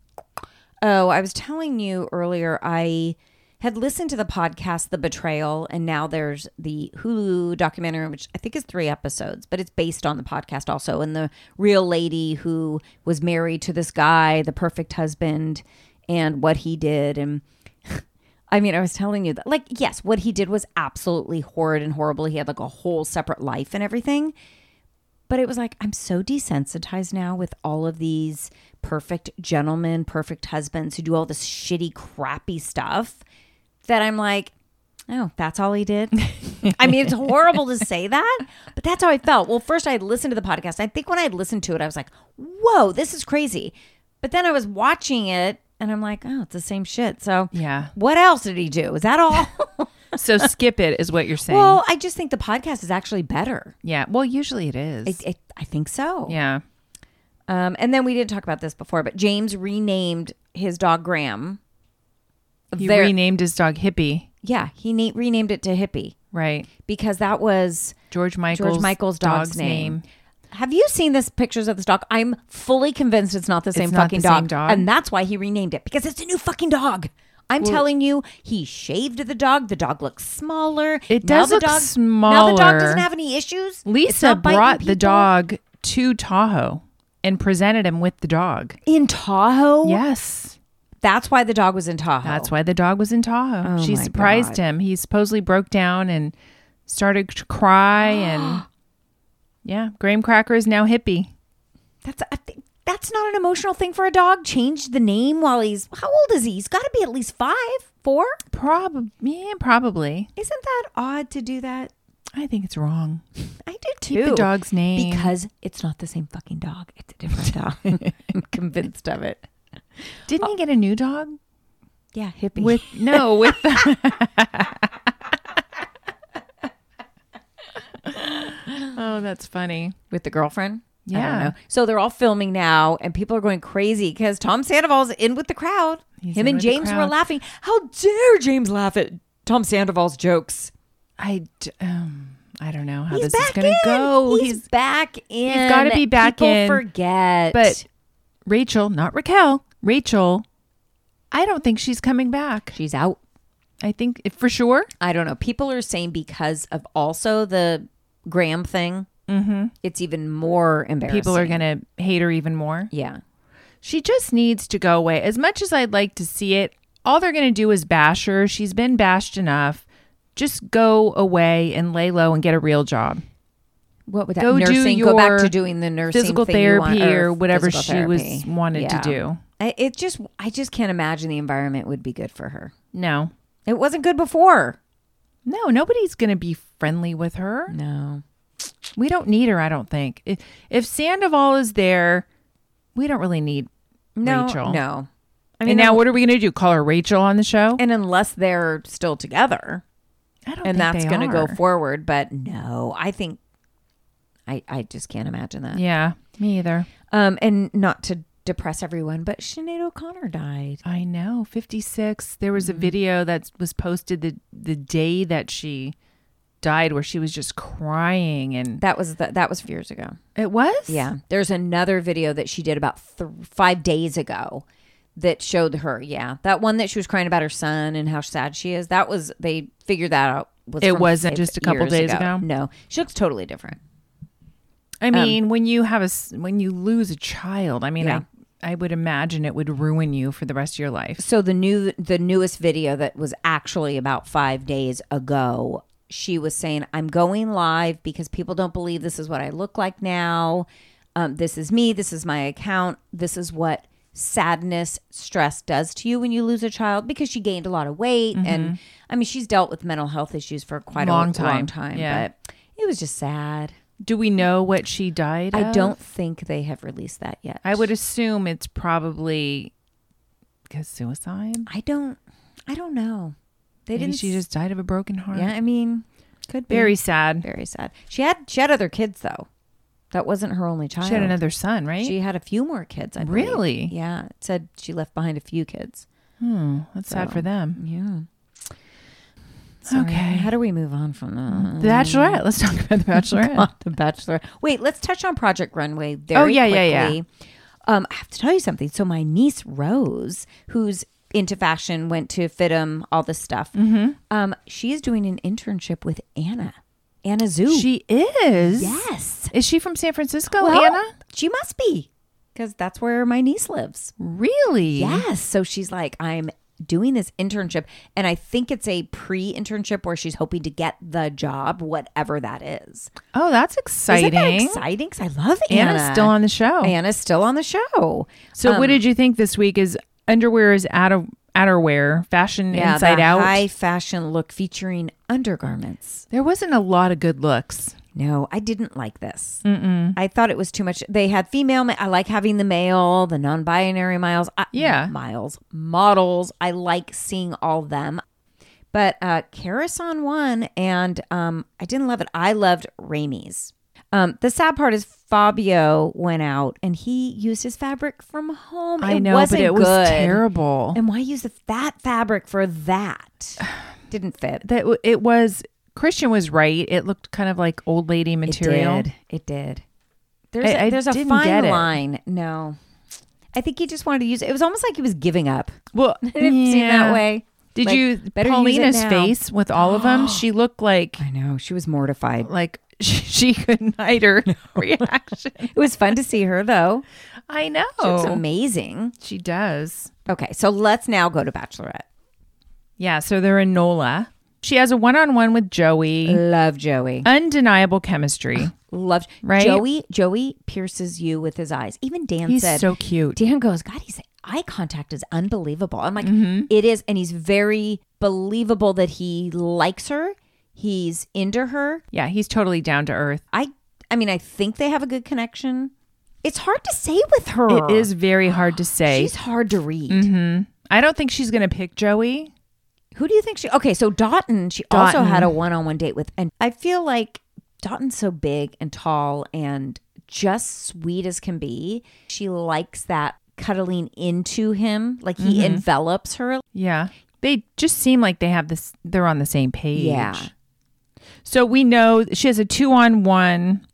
Speaker 2: Oh, I was telling you earlier. I had listened to the podcast "The Betrayal," and now there's the Hulu documentary, which I think is three episodes, but it's based on the podcast also. And the real lady who was married to this guy, the perfect husband, and what he did, and [LAUGHS] I mean, I was telling you that, like, yes, what he did was absolutely horrid and horrible. He had like a whole separate life and everything. But it was like, I'm so desensitized now with all of these perfect gentlemen, perfect husbands who do all this shitty, crappy stuff that I'm like, oh, that's all he did. I mean, it's horrible to say that, but that's how I felt. Well, first I had listened to the podcast. I think when I had listened to it, I was like, whoa, this is crazy. But then I was watching it and I'm like, oh, it's the same shit. So,
Speaker 3: Yeah.
Speaker 2: what else did he do? Is that all? [LAUGHS]
Speaker 3: So skip it is what you're saying.
Speaker 2: well, I just think the podcast is actually better.
Speaker 3: yeah. Well, usually it is.
Speaker 2: It, it, I think so.
Speaker 3: yeah.
Speaker 2: Um, and then we did talk about this before, but James renamed his dog Graham.
Speaker 3: He
Speaker 2: Very-
Speaker 3: renamed his dog Hippie.
Speaker 2: yeah, he na- renamed it to Hippie
Speaker 3: Right.
Speaker 2: because that was
Speaker 3: George Michael's
Speaker 2: George Michael's dog's, name. Have you seen this pictures of this dog? I'm fully convinced it's not the same
Speaker 3: not
Speaker 2: fucking
Speaker 3: the
Speaker 2: dog,
Speaker 3: same dog.
Speaker 2: and that's why he renamed it because it's a new fucking dog. I'm telling you, he shaved the dog. The dog looks smaller.
Speaker 3: It
Speaker 2: Now
Speaker 3: does
Speaker 2: the
Speaker 3: look
Speaker 2: dog, Now the
Speaker 3: smaller.
Speaker 2: dog doesn't have any issues. It's
Speaker 3: Lisa
Speaker 2: not biting
Speaker 3: brought the
Speaker 2: people.
Speaker 3: dog to Tahoe and presented him with the dog.
Speaker 2: in Tahoe.
Speaker 3: Yes.
Speaker 2: that's why the dog was in Tahoe.
Speaker 3: That's why the dog was in Tahoe. she
Speaker 2: Oh my
Speaker 3: surprised
Speaker 2: God.
Speaker 3: him. He supposedly broke down and started to
Speaker 2: [GASPS]
Speaker 3: cry and yeah, Graham Cracker is now hippie.
Speaker 2: That's I think that's not an emotional thing for a dog. Change the name while he's how old is he? He's got to be at least five, four.
Speaker 3: Probably, yeah, probably.
Speaker 2: Isn't that odd to do that?
Speaker 3: I think it's wrong.
Speaker 2: I do too.
Speaker 3: Keep the dog's name.
Speaker 2: because it's not the same fucking dog. It's a different [LAUGHS] dog. I'm convinced of it.
Speaker 3: Didn't he get a new dog
Speaker 2: Yeah, Oh. hippie.
Speaker 3: with
Speaker 2: [LAUGHS]
Speaker 3: no with [LAUGHS] the Oh, that's funny.
Speaker 2: with the girlfriend. I don't
Speaker 3: Yeah.
Speaker 2: know. So they're all filming now, and people are going crazy because Tom Sandoval's in with the crowd.
Speaker 3: He's
Speaker 2: Him and
Speaker 3: in with the
Speaker 2: James were
Speaker 3: crowd.
Speaker 2: laughing. How dare James laugh at Tom Sandoval's jokes?
Speaker 3: I d- um, I don't know how
Speaker 2: He's
Speaker 3: this is
Speaker 2: back
Speaker 3: going to
Speaker 2: in.
Speaker 3: go.
Speaker 2: He's, back in.
Speaker 3: gotta be back
Speaker 2: People
Speaker 3: in.
Speaker 2: Forget,
Speaker 3: but Rachel, not Raquel, Rachel, I don't think she's coming back.
Speaker 2: she's out.
Speaker 3: I think for sure.
Speaker 2: I don't know. People are saying because of also the Graham thing, mm-hmm. it's even more embarrassing.
Speaker 3: People are going to hate her even more.
Speaker 2: yeah,
Speaker 3: She just needs to go away. As much as I'd like to see it, all they're going to do is bash her. She's been bashed enough. Just go away and lay low and get a real job.
Speaker 2: what would that
Speaker 3: Go do
Speaker 2: nursing go back to
Speaker 3: your
Speaker 2: doing the nursing
Speaker 3: physical
Speaker 2: thing you want-
Speaker 3: therapy or whatever
Speaker 2: physical
Speaker 3: she was wanted to
Speaker 2: Yeah.
Speaker 3: do.
Speaker 2: I, it just I just can't imagine the environment would be good for her.
Speaker 3: No.
Speaker 2: It wasn't good before.
Speaker 3: No, nobody's going to be friendly with her.
Speaker 2: No.
Speaker 3: We don't need her, I don't think. If, if Sandoval is there, we don't really need
Speaker 2: No.
Speaker 3: Rachel.
Speaker 2: No. I
Speaker 3: I mean,
Speaker 2: mean,
Speaker 3: and now
Speaker 2: un-
Speaker 3: what are we going to do? Call her Rachel on the show?
Speaker 2: and unless they're still together,
Speaker 3: I don't
Speaker 2: and that's
Speaker 3: going
Speaker 2: going to go forward, but no, I think I I just can't imagine that.
Speaker 3: Yeah, me either.
Speaker 2: Um, and not to depress everyone, but Sinead O'Connor died.
Speaker 3: I know. 56. There was a video that was posted the the day that she died where she was just crying and
Speaker 2: That was the, that was years ago.
Speaker 3: it was?
Speaker 2: Yeah, there's another video that she did about th- five days ago that showed her. Yeah, that one that she was crying about her son and how sad she is. That was they figured that out. Was
Speaker 3: It
Speaker 2: from
Speaker 3: wasn't
Speaker 2: five
Speaker 3: just a couple
Speaker 2: years
Speaker 3: days ago?
Speaker 2: No, she looks totally different.
Speaker 3: I mean, when you have a s- when you lose a child, I mean,
Speaker 2: Yeah.
Speaker 3: I I would imagine it would ruin you for the rest of your life.
Speaker 2: So the new the newest video that was actually about 5 days ago, she was saying, "I'm going live because people don't believe this is what I look like now. Um, this is me. This is my account. This is what sadness, stress does to you when you lose a child because she gained a lot of weight and I mean, she's dealt with mental health issues for quite a
Speaker 3: Mm-hmm. Long
Speaker 2: long
Speaker 3: time.
Speaker 2: time
Speaker 3: Yeah.
Speaker 2: but it was just sad.
Speaker 3: Do we know what she died?
Speaker 2: I
Speaker 3: of?
Speaker 2: don't think they have released that yet.
Speaker 3: I would assume it's probably cuz suicide.
Speaker 2: I don't I don't know. They
Speaker 3: Maybe
Speaker 2: didn't
Speaker 3: she just died of a broken heart.
Speaker 2: Yeah, I mean, could be
Speaker 3: Very sad.
Speaker 2: very sad. She had she had other kids though. That wasn't her only child.
Speaker 3: She had another son, right?
Speaker 2: She had a few more kids. I believe.
Speaker 3: Really?
Speaker 2: Yeah. It said she left behind a few kids.
Speaker 3: hmm, that's sad for them.
Speaker 2: Yeah. Sorry.
Speaker 3: Okay.
Speaker 2: How do we move on from that? [LAUGHS]
Speaker 3: The Bachelorette. Let's talk about The
Speaker 2: Oh
Speaker 3: Bachelorette.
Speaker 2: the Bachelor. Wait, let's touch on Project Runway very
Speaker 3: Oh, yeah, yeah,
Speaker 2: quickly.
Speaker 3: yeah.
Speaker 2: Um, I have to tell you something. So my niece Rose, who's into fashion, went to FITM, all this stuff.
Speaker 3: Mm-hmm.
Speaker 2: Um, she is doing an internship with Anna, Anna Zoo.
Speaker 3: she is.
Speaker 2: yes.
Speaker 3: Is she from San Francisco,
Speaker 2: Well,
Speaker 3: Oh, Anna?
Speaker 2: She must be because that's where my niece lives.
Speaker 3: Mm-hmm. Really?
Speaker 2: Yes. So she's like, I'm doing this internship. And I think it's a pre internship where she's hoping to get the job, whatever that is.
Speaker 3: Oh, that's
Speaker 2: Isn't
Speaker 3: exciting.
Speaker 2: that exciting? 'Cause I love Anna. Um,
Speaker 3: Anna's still on the show.
Speaker 2: Anna's still on the show.
Speaker 3: So, what did you think this week? Is underwear is out of outerwear, fashion
Speaker 2: Yeah,
Speaker 3: inside
Speaker 2: the
Speaker 3: out?
Speaker 2: high fashion look featuring undergarments.
Speaker 3: there wasn't a lot of good looks.
Speaker 2: No, I didn't like this. Mm-mm. I thought it was too much. They had female. ma- I like having the male, the non-binary miles. I,
Speaker 3: Yeah.
Speaker 2: miles models. I like seeing all them. But uh, Karis one, and um, I didn't love it. I loved Raimi's. Um, the sad part is Fabio went out and he used his fabric from home.
Speaker 3: I know, but
Speaker 2: wasn't
Speaker 3: it was
Speaker 2: good.
Speaker 3: terrible.
Speaker 2: And why use that fabric for
Speaker 3: [SIGHS]
Speaker 2: that? didn't fit.
Speaker 3: That w- it was. Christian was right. It looked kind of like old lady material.
Speaker 2: It did. It did. There's
Speaker 3: I-
Speaker 2: a
Speaker 3: I
Speaker 2: there's a
Speaker 3: didn't
Speaker 2: fine
Speaker 3: get it.
Speaker 2: line. No, I think he just wanted to use it. It was almost like he was giving up. [LAUGHS]
Speaker 3: Well,
Speaker 2: It seemed
Speaker 3: yeah.
Speaker 2: that way.
Speaker 3: Did
Speaker 2: Like,
Speaker 3: you
Speaker 2: better use it
Speaker 3: Paulina's
Speaker 2: now.
Speaker 3: face with all
Speaker 2: [GASPS]
Speaker 3: of them? she looked like
Speaker 2: I know she was mortified.
Speaker 3: like [LAUGHS] she, she couldn't
Speaker 2: [LAUGHS]
Speaker 3: hide her reaction.
Speaker 2: It was fun to see her though.
Speaker 3: I
Speaker 2: She looks
Speaker 3: know.
Speaker 2: amazing.
Speaker 3: She does.
Speaker 2: Okay, so let's now go to Bachelorette.
Speaker 3: Yeah, so they're in NOLA. She has a one on one with Joey.
Speaker 2: Love Joey.
Speaker 3: Undeniable chemistry.
Speaker 2: Love
Speaker 3: Right?
Speaker 2: Joey. Joey pierces you with his eyes. Even Dan
Speaker 3: He's
Speaker 2: said
Speaker 3: so cute.
Speaker 2: Dan goes, God, he's eye contact is unbelievable. I'm like,
Speaker 3: Mm-hmm.
Speaker 2: "It is, and he's very believable that he likes her. He's into her.
Speaker 3: Yeah, he's totally down to earth.
Speaker 2: I I mean, I think they have a good connection. It's hard to say with her.
Speaker 3: It is Mm-hmm. very hard to say.
Speaker 2: She's hard to read.
Speaker 3: I don't think she's going to pick Joey.
Speaker 2: Who do you think she? Okay, so Dotton, she also
Speaker 3: Doughton.
Speaker 2: had a one-on-one date with, and I feel like Dotton's so big and tall and just sweet as can be. She likes that cuddling into him, like he
Speaker 3: Mm-hmm.
Speaker 2: envelops her.
Speaker 3: Yeah. They just seem like they have this, they're on the same page.
Speaker 2: Yeah.
Speaker 3: So we know she has a two on one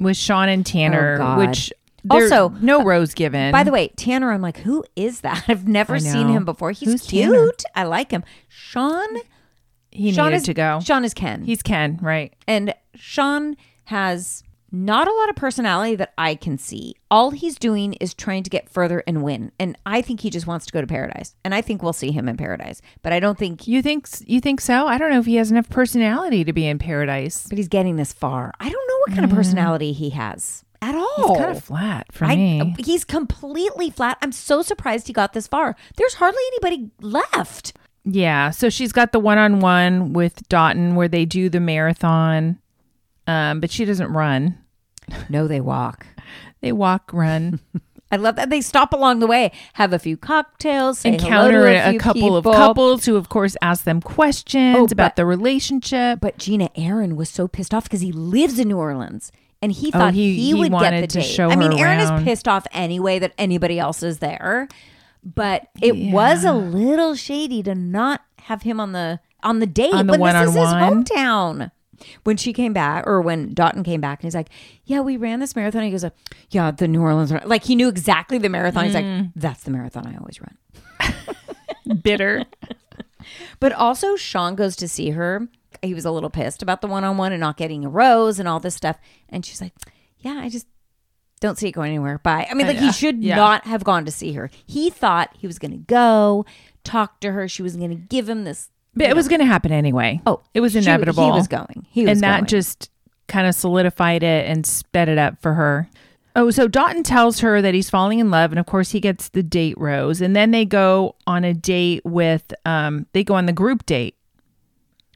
Speaker 3: with Sean and Tanner,
Speaker 2: Oh, God.
Speaker 3: which There-
Speaker 2: Also, uh,
Speaker 3: no rose given.
Speaker 2: By the way, Tanner, I'm like, who is that? [LAUGHS] I've never
Speaker 3: I
Speaker 2: seen
Speaker 3: know.
Speaker 2: him before. He's
Speaker 3: Who's
Speaker 2: cute.
Speaker 3: Tanner?
Speaker 2: I like him. Sean.
Speaker 3: he
Speaker 2: Sean
Speaker 3: needed
Speaker 2: is
Speaker 3: to go.
Speaker 2: Sean is Ken.
Speaker 3: He's Ken, right?
Speaker 2: and Sean has not a lot of personality that I can see. All he's doing is trying to get further and win. And I think he just wants to go to paradise. And I think we'll see him in paradise. But I don't think.
Speaker 3: You think s- you think so? I don't know if he has enough personality to be in paradise.
Speaker 2: But he's getting this far. I don't know what kind
Speaker 3: Mm.
Speaker 2: of personality he has at all.
Speaker 3: It's kind of flat for
Speaker 2: Oh, I-
Speaker 3: me.
Speaker 2: he's completely flat. I'm so surprised he got this far. There's hardly anybody left.
Speaker 3: Yeah. So she's got the one on one with Dotton where they do the marathon, um, but she doesn't run.
Speaker 2: No, they walk.
Speaker 3: They walk,
Speaker 2: [LAUGHS]
Speaker 3: run,
Speaker 2: I love that they stop along the way, have a few cocktails, say
Speaker 3: encounter
Speaker 2: hello to
Speaker 3: a,
Speaker 2: a, few
Speaker 3: couple of
Speaker 2: people.
Speaker 3: couples who, of course, ask them questions
Speaker 2: Oh,
Speaker 3: about
Speaker 2: but-
Speaker 3: the relationship.
Speaker 2: But Gina Aaron was so pissed off because he lives in New Orleans and he thought
Speaker 3: Oh, he-
Speaker 2: he,
Speaker 3: he
Speaker 2: would get
Speaker 3: wanted
Speaker 2: the
Speaker 3: to
Speaker 2: date.
Speaker 3: show
Speaker 2: I mean,
Speaker 3: her
Speaker 2: Aaron
Speaker 3: around.
Speaker 2: is pissed off anyway that anybody else is there, but it was a little shady to not have him on the on the date
Speaker 3: On the
Speaker 2: when this is his
Speaker 3: one-on-one?
Speaker 2: hometown. When she came back, or when Dotton came back, and he's like, "Yeah, we ran this marathon." He goes, uh, "Yeah, the New Orleans." Run. Like he knew exactly the marathon. He's
Speaker 3: Mm.
Speaker 2: like, "That's the marathon I always run."
Speaker 3: [LAUGHS] Bitter.
Speaker 2: But also, Sean goes to see her. He was a little pissed about the one on one and not getting a rose and all this stuff. And she's like, Yeah, I just don't see it going anywhere. Bye. I mean, like,
Speaker 3: Yeah.
Speaker 2: he should
Speaker 3: Uh, Yeah.
Speaker 2: not have gone to see her. He thought he was going to go talk to her. She was going to give him this.
Speaker 3: But it was going to happen anyway.
Speaker 2: Oh,
Speaker 3: it was
Speaker 2: she-
Speaker 3: inevitable.
Speaker 2: He was going. He was
Speaker 3: and that
Speaker 2: going.
Speaker 3: just kind of solidified it and sped it up for her. Oh, so Dalton tells her that he's falling in love, and of course he gets the date rose, and then they go on a date with um they go on the group date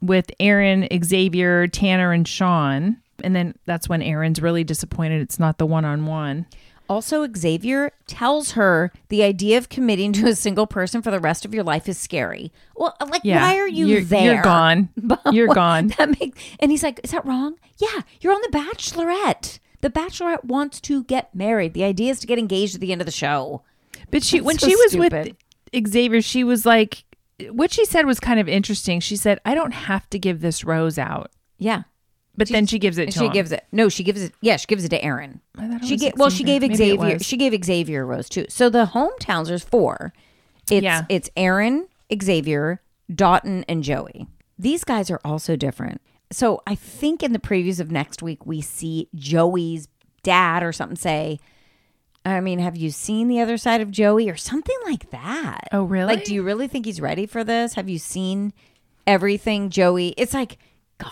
Speaker 3: with Aaron, Xavier, Tanner, and Sean. And then that's when Aaron's really disappointed it's not the one on one.
Speaker 2: Also, Xavier tells her the idea of committing to a single person for the rest of your life is scary. Well, like,
Speaker 3: Yeah.
Speaker 2: why are you
Speaker 3: you're,
Speaker 2: there? [LAUGHS]
Speaker 3: You're gone. [LAUGHS] You're gone.
Speaker 2: That makes and he's like, is that wrong? Yeah, you're on The Bachelorette. The Bachelorette wants to get married. The idea is to get engaged at the end of the show.
Speaker 3: But she when
Speaker 2: so
Speaker 3: she was
Speaker 2: stupid.
Speaker 3: with Xavier, she was like what she said was kind of interesting. She said, "I don't have to give this rose out."
Speaker 2: Yeah,
Speaker 3: But then she gives it to
Speaker 2: she
Speaker 3: him.
Speaker 2: gives it. No, she gives it. Yeah, she gives it to Aaron.
Speaker 3: I thought it
Speaker 2: She
Speaker 3: was
Speaker 2: gave. Well, she
Speaker 3: Xavier.
Speaker 2: gave
Speaker 3: Maybe it
Speaker 2: Xavier.
Speaker 3: was.
Speaker 2: She gave Xavier a rose too. So the hometowns there's four. It's
Speaker 3: Yeah.
Speaker 2: it's Aaron, Xavier, Doughton, and Joey. These guys are also different. So I think in the previews of next week we see Joey's dad or something say, I mean, have you seen the other side of Joey or something like that?
Speaker 3: Oh, really?
Speaker 2: Like, do you really think he's ready for this? Have you seen everything, Joey? It's like,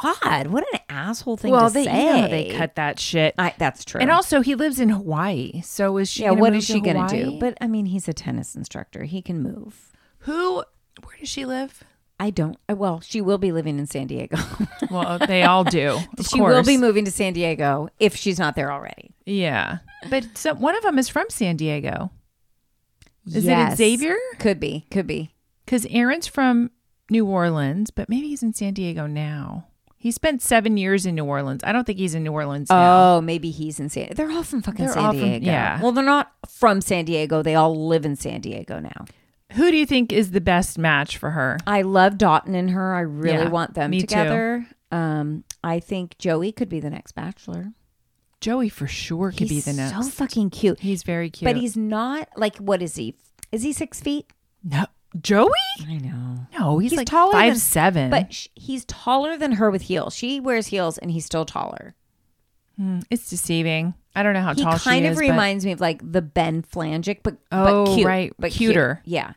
Speaker 2: God, what an asshole thing
Speaker 3: well,
Speaker 2: to
Speaker 3: they, you
Speaker 2: say.
Speaker 3: know how they cut that shit.
Speaker 2: I, that's true.
Speaker 3: and also, he lives in Hawaii. So is she?
Speaker 2: yeah,
Speaker 3: gonna
Speaker 2: what
Speaker 3: move
Speaker 2: is she going to
Speaker 3: Hawaii?
Speaker 2: do? But I mean, he's a tennis instructor. He can move.
Speaker 3: who? Where does she live?
Speaker 2: I don't. uh, Well, she will be living in San Diego. [LAUGHS]
Speaker 3: Well, they all do. Of
Speaker 2: she
Speaker 3: course.
Speaker 2: will be moving to San Diego if she's not there already.
Speaker 3: Yeah, but some, one of them is from San Diego Is it
Speaker 2: Yes.
Speaker 3: Xavier?
Speaker 2: Could be. Could be.
Speaker 3: because Aaron's from New Orleans, but maybe he's in San Diego now. He spent seven years in New Orleans. I don't think he's in New Orleans now.
Speaker 2: Oh, maybe he's in San. They're all from fucking
Speaker 3: They're
Speaker 2: San
Speaker 3: all from-
Speaker 2: Diego.
Speaker 3: yeah.
Speaker 2: Well, they're not from San Diego. They all live in San Diego now.
Speaker 3: Who do you think is the best match for her?
Speaker 2: I love Dotton and her. I really
Speaker 3: Yeah,
Speaker 2: want them
Speaker 3: me too.
Speaker 2: together. Um, I think Joey could be the next Bachelor.
Speaker 3: Joey for sure could
Speaker 2: He's
Speaker 3: be the next.
Speaker 2: So fucking cute.
Speaker 3: he's very cute.
Speaker 2: But he's not like what is he? Is he six feet?
Speaker 3: no Joey.
Speaker 2: I know.
Speaker 3: No, he's,
Speaker 2: He's
Speaker 3: like
Speaker 2: taller
Speaker 3: five
Speaker 2: than-
Speaker 3: seven.
Speaker 2: But sh- he's taller than her with heels. She wears heels and he's still taller.
Speaker 3: it's deceiving. I don't know how
Speaker 2: He
Speaker 3: tall
Speaker 2: kind
Speaker 3: she
Speaker 2: of
Speaker 3: is. but-
Speaker 2: reminds me of like the Ben Flangic, but
Speaker 3: Oh,
Speaker 2: but cute,
Speaker 3: right.
Speaker 2: but
Speaker 3: Cuter.
Speaker 2: Cute. Yeah.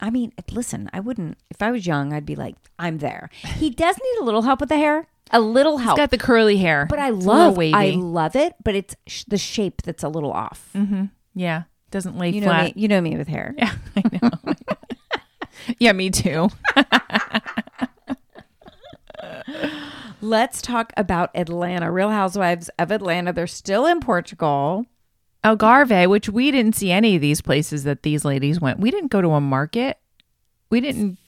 Speaker 2: I mean, listen, I wouldn't. If I was young, I'd be like, I'm there. He does need a little help with the hair, a little help.
Speaker 3: He's got the curly hair,
Speaker 2: but I
Speaker 3: It's a little
Speaker 2: love,
Speaker 3: wavy.
Speaker 2: I love it. But it's sh- the shape that's a little off.
Speaker 3: yeah, doesn't lay
Speaker 2: You know
Speaker 3: flat.
Speaker 2: me. You know me with hair.
Speaker 3: Yeah, I know. yeah, me too.
Speaker 2: Let's talk about Atlanta. Real Housewives of Atlanta. They're still in Portugal.
Speaker 3: Algarve, which we didn't see any of these places that these ladies went. We didn't go to a market. We didn't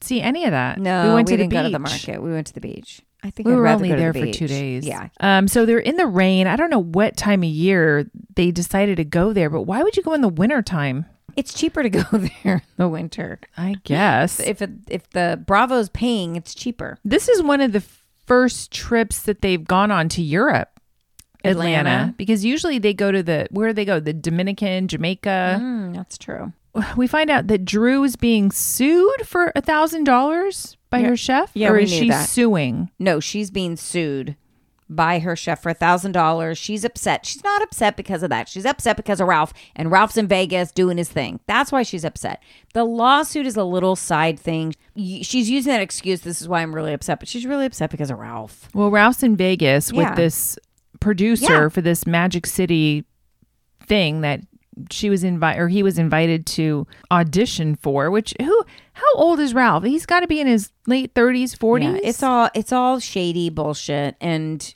Speaker 3: see any of that.
Speaker 2: No,
Speaker 3: we went to
Speaker 2: didn't
Speaker 3: the
Speaker 2: go to the
Speaker 3: beach.
Speaker 2: market. We went to the beach. I think
Speaker 3: We
Speaker 2: I'd
Speaker 3: were
Speaker 2: rather
Speaker 3: only
Speaker 2: go to
Speaker 3: there
Speaker 2: the
Speaker 3: for
Speaker 2: beach.
Speaker 3: two days.
Speaker 2: Yeah,
Speaker 3: Um. So they're in the rain. I don't know what time of year they decided to go there, but why would you go in the wintertime?
Speaker 2: it's cheaper to go [LAUGHS] there in the winter.
Speaker 3: I guess
Speaker 2: If it, if the Bravo's paying, it's cheaper.
Speaker 3: This is one of the first trips that they've gone on to Europe. Atlanta,
Speaker 2: Atlanta.
Speaker 3: because usually they go to the where do they go the Dominican, Jamaica.
Speaker 2: Mm, that's true.
Speaker 3: We find out that Drew is being sued for a thousand dollars by her chef,
Speaker 2: Yeah,
Speaker 3: or
Speaker 2: we
Speaker 3: is
Speaker 2: knew
Speaker 3: she
Speaker 2: that.
Speaker 3: suing?
Speaker 2: No, she's being sued by her chef for a thousand dollars. She's upset. She's not upset because of that. She's upset because of Ralph, and Ralph's in Vegas doing his thing. That's why she's upset. The lawsuit is a little side thing. Y- She's using that excuse. This is why I'm really upset, but she's really upset because of Ralph.
Speaker 3: Well, Ralph's in Vegas
Speaker 2: Yeah.
Speaker 3: with this producer
Speaker 2: Yeah.
Speaker 3: for this Magic City thing that she was invited or he was invited to audition for. Which who? How old is Ralph? He's got to be in his late thirties, forties.
Speaker 2: Yeah, it's all it's all shady bullshit and.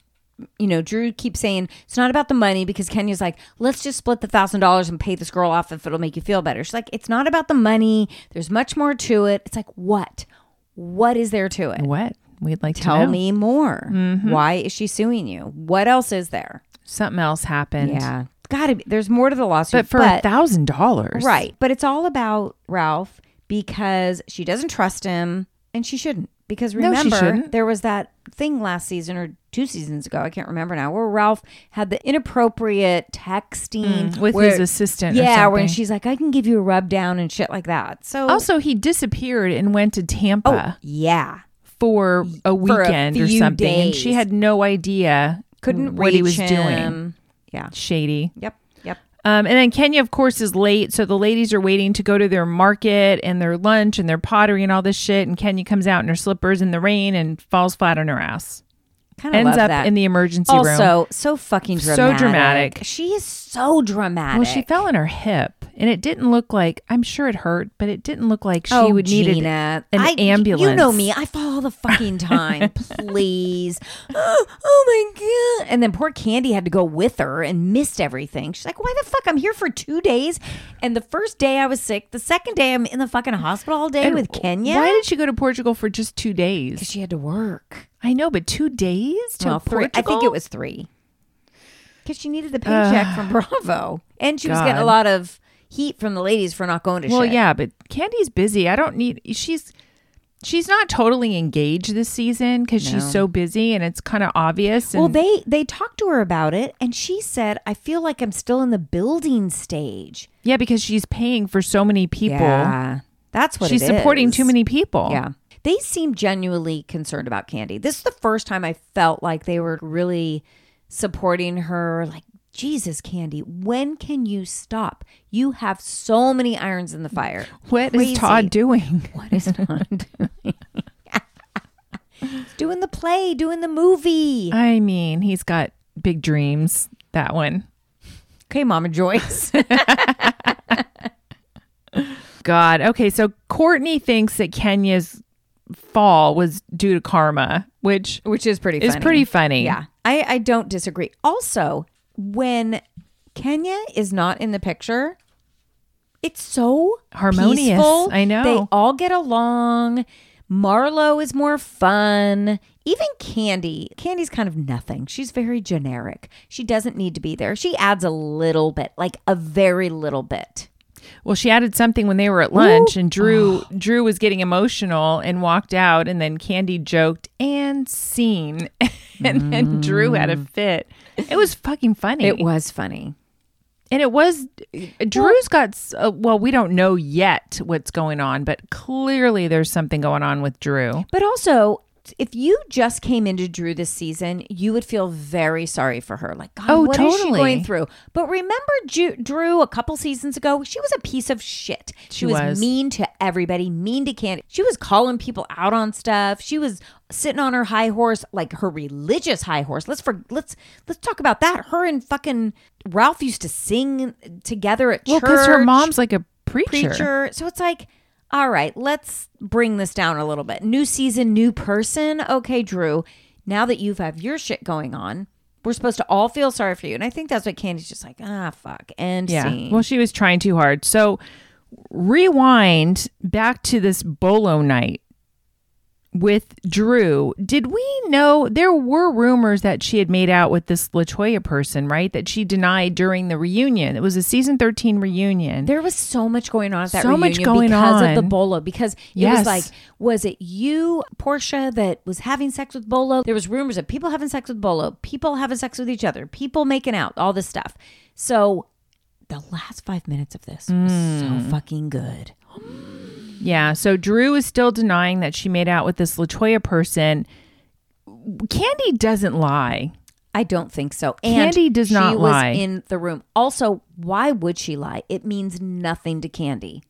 Speaker 2: You know, Drew keeps saying it's not about the money because Kenya's like, let's just split the thousand dollars and pay this girl off if it'll make you feel better. She's like, it's not about the money. There's much more to it. It's like, what? What is there to it?
Speaker 3: what we'd like to
Speaker 2: Tell
Speaker 3: know. Mm-hmm.
Speaker 2: me more. Why is she suing you? What else is there?
Speaker 3: Something else happened.
Speaker 2: yeah, gotta be. There's more to the lawsuit.
Speaker 3: But for a thousand dollars,
Speaker 2: right, but it's all about Ralph because she doesn't trust him, and she shouldn't. Because
Speaker 3: No, she
Speaker 2: remember,
Speaker 3: shouldn't.
Speaker 2: there was that thing last season or two seasons ago. I can't remember now where Ralph had the inappropriate texting
Speaker 3: Mm, with
Speaker 2: where-
Speaker 3: his assistant or
Speaker 2: Yeah, when
Speaker 3: something. Oh,
Speaker 2: she's like, "I can give you a rub down and shit like that." So
Speaker 3: Also, he disappeared and went to
Speaker 2: Oh,
Speaker 3: Tampa
Speaker 2: yeah,
Speaker 3: for a weekend or
Speaker 2: few
Speaker 3: something, and she
Speaker 2: days.
Speaker 3: had no idea
Speaker 2: couldn't
Speaker 3: what he was
Speaker 2: reach
Speaker 3: doing.
Speaker 2: him. Yeah.
Speaker 3: Shady.
Speaker 2: Yep. Yep.
Speaker 3: Um, and then Kenya, of course, is late, so the ladies are waiting to go to their market and their lunch and their pottery and all this shit. And Kenya comes out in her slippers in the rain and falls flat on her ass.
Speaker 2: Kind
Speaker 3: Ends up in the emergency room.
Speaker 2: Also, so fucking
Speaker 3: So
Speaker 2: dramatic.
Speaker 3: dramatic.
Speaker 2: She is so dramatic.
Speaker 3: Well, she fell on her hip, and it didn't look like. I'm sure it hurt, but it didn't look like she
Speaker 2: oh,
Speaker 3: would need an,
Speaker 2: Gina.
Speaker 3: an
Speaker 2: I-
Speaker 3: ambulance.
Speaker 2: You know me. I fall all the fucking
Speaker 3: [LAUGHS]
Speaker 2: time. Please. Oh, oh my god. And then poor Candy had to go with her and missed everything. She's like, "Why the fuck? I'm here for two days, and the first day I was sick. The second day I'm in the fucking hospital all day
Speaker 3: And
Speaker 2: with Kenya.
Speaker 3: Why did she go to Portugal for just two days?
Speaker 2: she had to work?
Speaker 3: I know, but two days to
Speaker 2: well, Oh, three, I think
Speaker 3: Portugal?
Speaker 2: it was three. Because she needed the paycheck from Bravo. And she was getting a
Speaker 3: God.
Speaker 2: lot of heat from the ladies for not going to
Speaker 3: Well,
Speaker 2: shit.
Speaker 3: yeah, but Candy's busy. I don't need. She's she's not totally engaged this season because she's so busy, and it's kind of obvious. And
Speaker 2: Well, they they talked to her about it, and she said, "I feel like I'm still in the building stage."
Speaker 3: yeah, because she's paying for so many people.
Speaker 2: that's what
Speaker 3: she's
Speaker 2: it
Speaker 3: supporting
Speaker 2: is.
Speaker 3: too many people.
Speaker 2: Yeah, they seem genuinely concerned about Candy. This is the first time I felt like they were really supporting her. Like, Jesus, Candy, when can you stop? You have so many irons in the
Speaker 3: [LAUGHS]
Speaker 2: fire.
Speaker 3: What is
Speaker 2: Crazy.
Speaker 3: Todd doing?
Speaker 2: [LAUGHS] What is not doing?
Speaker 3: [LAUGHS]
Speaker 2: He's [LAUGHS] doing the play, doing the movie.
Speaker 3: I mean, he's got big dreams. That one.
Speaker 2: Okay, Mama Joyce.
Speaker 3: God. Okay, so Courtney thinks that Kenya's fall was due to karma, which
Speaker 2: [LAUGHS] Which is pretty funny.
Speaker 3: is pretty funny.
Speaker 2: Yeah. I, I don't disagree. Also, when Kenya is not in the picture, it's so
Speaker 3: Harmonious.
Speaker 2: peaceful.
Speaker 3: I know.
Speaker 2: They all get along. Marlo is more fun. Even Candy. Candy's kind of nothing. She's very generic. She doesn't need to be there. She adds a little bit, like a very little bit.
Speaker 3: Well, she added something when they were at lunch, and Drew [SIGHS] Drew was getting emotional and walked out, and then Candy joked and scene, [LAUGHS] and then Drew had a fit. Mm. It was fucking funny.
Speaker 2: It was funny.
Speaker 3: and it was Drew's got s- uh, well, we don't know yet what's going on, but clearly there's something going on with Drew.
Speaker 2: But also, if you just came into Drew this season, you would feel very sorry for her. Like, God,
Speaker 3: Oh,
Speaker 2: what is she
Speaker 3: totally.
Speaker 2: going through? But remember, Ju- Drew a couple seasons ago, she was a piece of shit. She, was,
Speaker 3: was.
Speaker 2: mean to everybody, mean to Candy. She was calling people out on stuff. She was sitting on her high horse, like her religious high horse. Let's for let's let's talk about that. Her and fucking Ralph used to sing together at
Speaker 3: Well,
Speaker 2: church
Speaker 3: because her mom's like a preacher.
Speaker 2: preacher. So it's like, all right, let's bring this down a little bit. New season, new person. Okay, Drew, now that you've have your shit going on, we're supposed to all feel sorry for you. And I think that's what Candy's just like, ah, fuck. And
Speaker 3: Yeah.
Speaker 2: scene.
Speaker 3: Well, she was trying too hard. So rewind back to this bolo night with Drew, did we know there were rumors that she had made out with this Latoya person, right? That she denied during the reunion. It was a season 13 reunion.
Speaker 2: There was so much going on at that
Speaker 3: So
Speaker 2: reunion
Speaker 3: much going
Speaker 2: because of the
Speaker 3: on.
Speaker 2: Bolo. Because it
Speaker 3: Yes.
Speaker 2: was like, was it you, Portia, that was having sex with Bolo? There was rumors of people having sex with Bolo, people having sex with each other, people making out, all this stuff. So the last five minutes of this was
Speaker 3: Hmm.
Speaker 2: so fucking good.
Speaker 3: Yeah. So Drew is still denying that she made out with this Latoya person. Candy doesn't lie.
Speaker 2: I don't think so. And
Speaker 3: Candy does not
Speaker 2: she
Speaker 3: lie.
Speaker 2: was in the room. Also, why would she lie? It means nothing to Candy.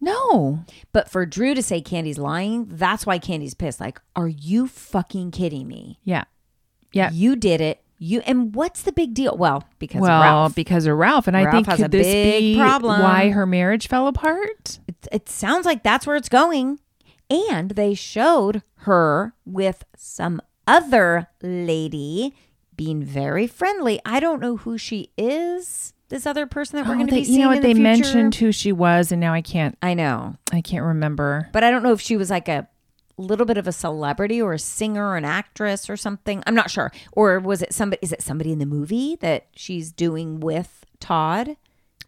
Speaker 3: No.
Speaker 2: But for Drew to say Candy's lying, that's why Candy's pissed. Like, are you fucking kidding me?
Speaker 3: Yeah. Yeah.
Speaker 2: You did it. You and what's the big deal? Well, because
Speaker 3: well,
Speaker 2: of Ralph.
Speaker 3: because of Ralph, and I
Speaker 2: Ralph
Speaker 3: think
Speaker 2: has
Speaker 3: could
Speaker 2: a
Speaker 3: this
Speaker 2: big
Speaker 3: be
Speaker 2: problem.
Speaker 3: why her marriage fell apart?
Speaker 2: It, it sounds like that's where it's going. And they showed her with some other lady being very friendly. I don't know who she is. This other person that we're
Speaker 3: Oh,
Speaker 2: going to
Speaker 3: they-
Speaker 2: be seeing.
Speaker 3: you know what
Speaker 2: in
Speaker 3: they
Speaker 2: the future.
Speaker 3: mentioned who she was, and now I can't.
Speaker 2: I know,
Speaker 3: I can't remember.
Speaker 2: but I don't know if she was like a little bit of a celebrity or a singer, or an actress, or something. I'm not sure. Or was it somebody? Is it somebody in the movie that she's doing with Todd?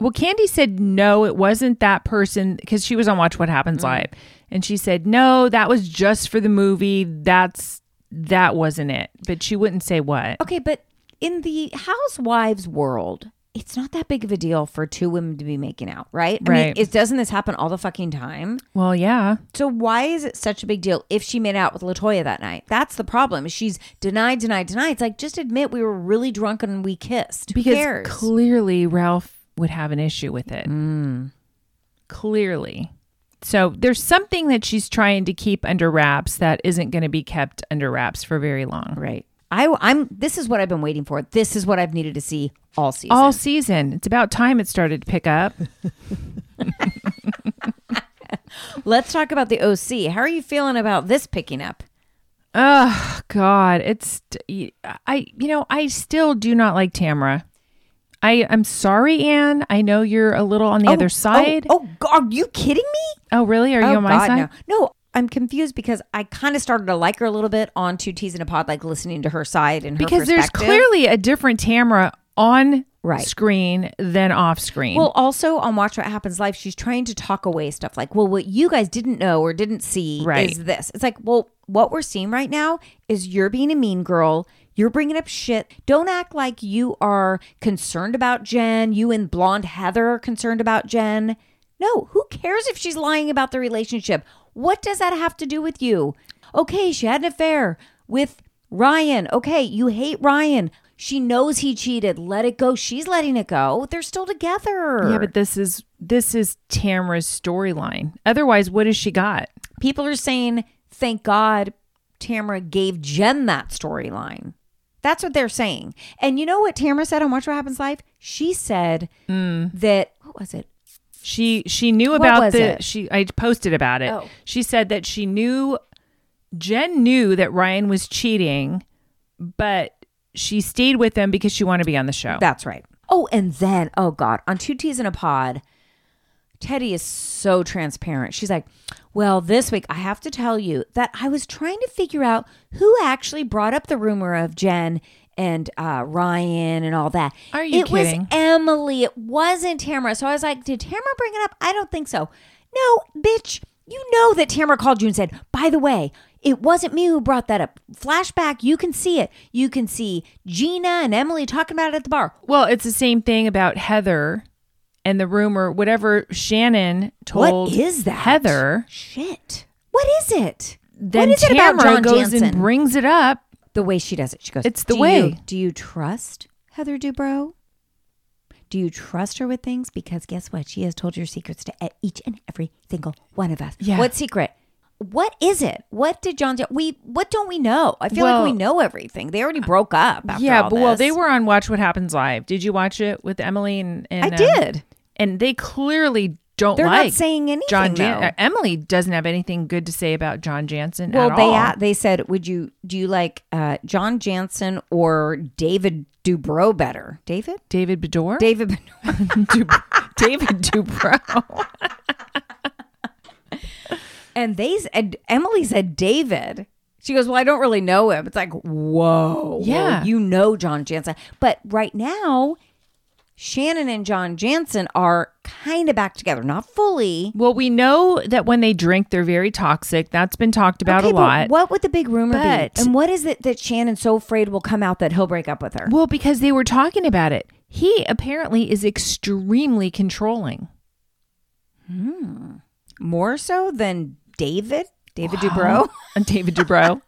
Speaker 3: Well, Candy said no, it wasn't that person because she was on Watch What Happens
Speaker 2: Mm.
Speaker 3: Live, and she said no, that was just for the movie. That's that wasn't it, but she wouldn't say what.
Speaker 2: Okay, but in the housewives world, it's not that big of a deal for two women to be making out, right? I mean,
Speaker 3: Right.
Speaker 2: it doesn't this happen all the fucking time?
Speaker 3: Well, yeah,
Speaker 2: So why is it such a big deal if she made out with Latoya that night? That's the problem. She's denied, denied, denied. It's like just admit we were really drunk and we kissed. Who
Speaker 3: because
Speaker 2: cares?
Speaker 3: clearly Ralph would have an issue with it.
Speaker 2: Mm.
Speaker 3: Clearly. So there's something that she's trying to keep under wraps that isn't going to be kept under wraps for very long.
Speaker 2: right. I, I'm. This is what I've been waiting for. This is what I've needed to see all season.
Speaker 3: All season. It's about time it started to pick up.
Speaker 2: Let's talk about the OC. How are you feeling about this picking up?
Speaker 3: oh God, it's I. You know, I still do not like Tamara. I I'm sorry, Anne. I know you're a little on the
Speaker 2: Oh,
Speaker 3: other side. Oh,
Speaker 2: Oh, oh God, are you kidding me?
Speaker 3: really? Are
Speaker 2: Oh,
Speaker 3: you on my
Speaker 2: God,
Speaker 3: side?
Speaker 2: No. no, I'm confused because I kind of started to like her a little bit on Two Teas in a Pod, like listening to her side and her
Speaker 3: Because there's
Speaker 2: perspective.
Speaker 3: clearly a different Tamara on
Speaker 2: Right.
Speaker 3: screen than off screen.
Speaker 2: Well, also on Watch What Happens Live, she's trying to talk away stuff like, well, what you guys didn't know or didn't see
Speaker 3: Right.
Speaker 2: is this. It's like, well, what we're seeing right now is you're being a mean girl. You're bringing up shit. Don't act like you are concerned about Jen. You and blonde Heather are concerned about Jen. No, who cares if she's lying about the relationship? What does that have to do with you? Okay, she had an affair with Ryan. Okay, you hate Ryan. She knows he cheated. Let it go. She's letting it go. They're still together.
Speaker 3: yeah, but this is this is Tamara's storyline. Otherwise, what has she got?
Speaker 2: people are saying, thank God Tamara gave Jen that storyline. That's what they're saying. And you know what Tamara said on Watch What Happens Live? She said that, what was it?
Speaker 3: She she knew about
Speaker 2: was
Speaker 3: the
Speaker 2: it?
Speaker 3: she I posted about it.
Speaker 2: Oh.
Speaker 3: She said that she knew Jen knew that Ryan was cheating, but she stayed with him because she wanted to be on the show.
Speaker 2: That's right. Oh, and then, oh God, on Two Teas in a Pod, Teddy is so transparent. She's like, Well, this week I have to tell you that I was trying to figure out who actually brought up the rumor of Jen and uh, Ryan and all that.
Speaker 3: Are you
Speaker 2: it
Speaker 3: kidding?
Speaker 2: was Emily. It wasn't Tamara. So I was like, Did Tamara bring it up? I don't think so. No, bitch, you know that Tamara called you and said, By the way, it wasn't me who brought that up. Flashback, you can see it. You can see Gina and Emily talking about it at the bar.
Speaker 3: Well, it's the same thing about Heather and the rumor, whatever Shannon told
Speaker 2: What is that?
Speaker 3: Heather.
Speaker 2: Shit. What is it?
Speaker 3: Then
Speaker 2: what is it
Speaker 3: Tamara
Speaker 2: about John
Speaker 3: goes and
Speaker 2: Jansen?
Speaker 3: brings it up.
Speaker 2: the way she does it, she goes,
Speaker 3: It's the
Speaker 2: "Do
Speaker 3: way."
Speaker 2: you- do you trust Heather Dubrow? Do you trust her with things? Because guess what? She has told your secrets to e- each and every single one of us.
Speaker 3: Yeah.
Speaker 2: What secret? What is it? What did John? Jan- We what don't we know? I feel
Speaker 3: Well-
Speaker 2: like we know everything. They already broke up. After
Speaker 3: yeah,
Speaker 2: all
Speaker 3: but well,
Speaker 2: this.
Speaker 3: they were on Watch What Happens Live. Did you watch it with Emily and? and
Speaker 2: I
Speaker 3: um,
Speaker 2: did.
Speaker 3: and they clearly don't
Speaker 2: They're
Speaker 3: like
Speaker 2: not saying anything.
Speaker 3: John.
Speaker 2: though.
Speaker 3: Jan- uh, Emily doesn't have anything good to say about John Jansen.
Speaker 2: Well,
Speaker 3: at
Speaker 2: they
Speaker 3: all.
Speaker 2: a- they said, "Would you do you like uh, John Jansen or David Dubrow better?" David,
Speaker 3: David Bedore, [LAUGHS]
Speaker 2: David, Bedore. [LAUGHS]
Speaker 3: Du- David Dubrow.
Speaker 2: And they said, Emily said David. She goes, Well, I don't really know him. It's like, Whoa. well,
Speaker 3: Yeah.
Speaker 2: you know John Jansen. But right now, Shannon and John Jansen are kind of back together, not fully.
Speaker 3: Well, we know that when they drink, they're very toxic. That's been talked about
Speaker 2: Okay,
Speaker 3: a
Speaker 2: but
Speaker 3: lot.
Speaker 2: What would the big rumor
Speaker 3: But-
Speaker 2: be? And what is it that Shannon's so afraid will come out that he'll break up with her?
Speaker 3: Well, because they were talking about it. He apparently is extremely controlling.
Speaker 2: More so than David? David Dubrow? [LAUGHS]
Speaker 3: uh, David [LAUGHS] Dubrow.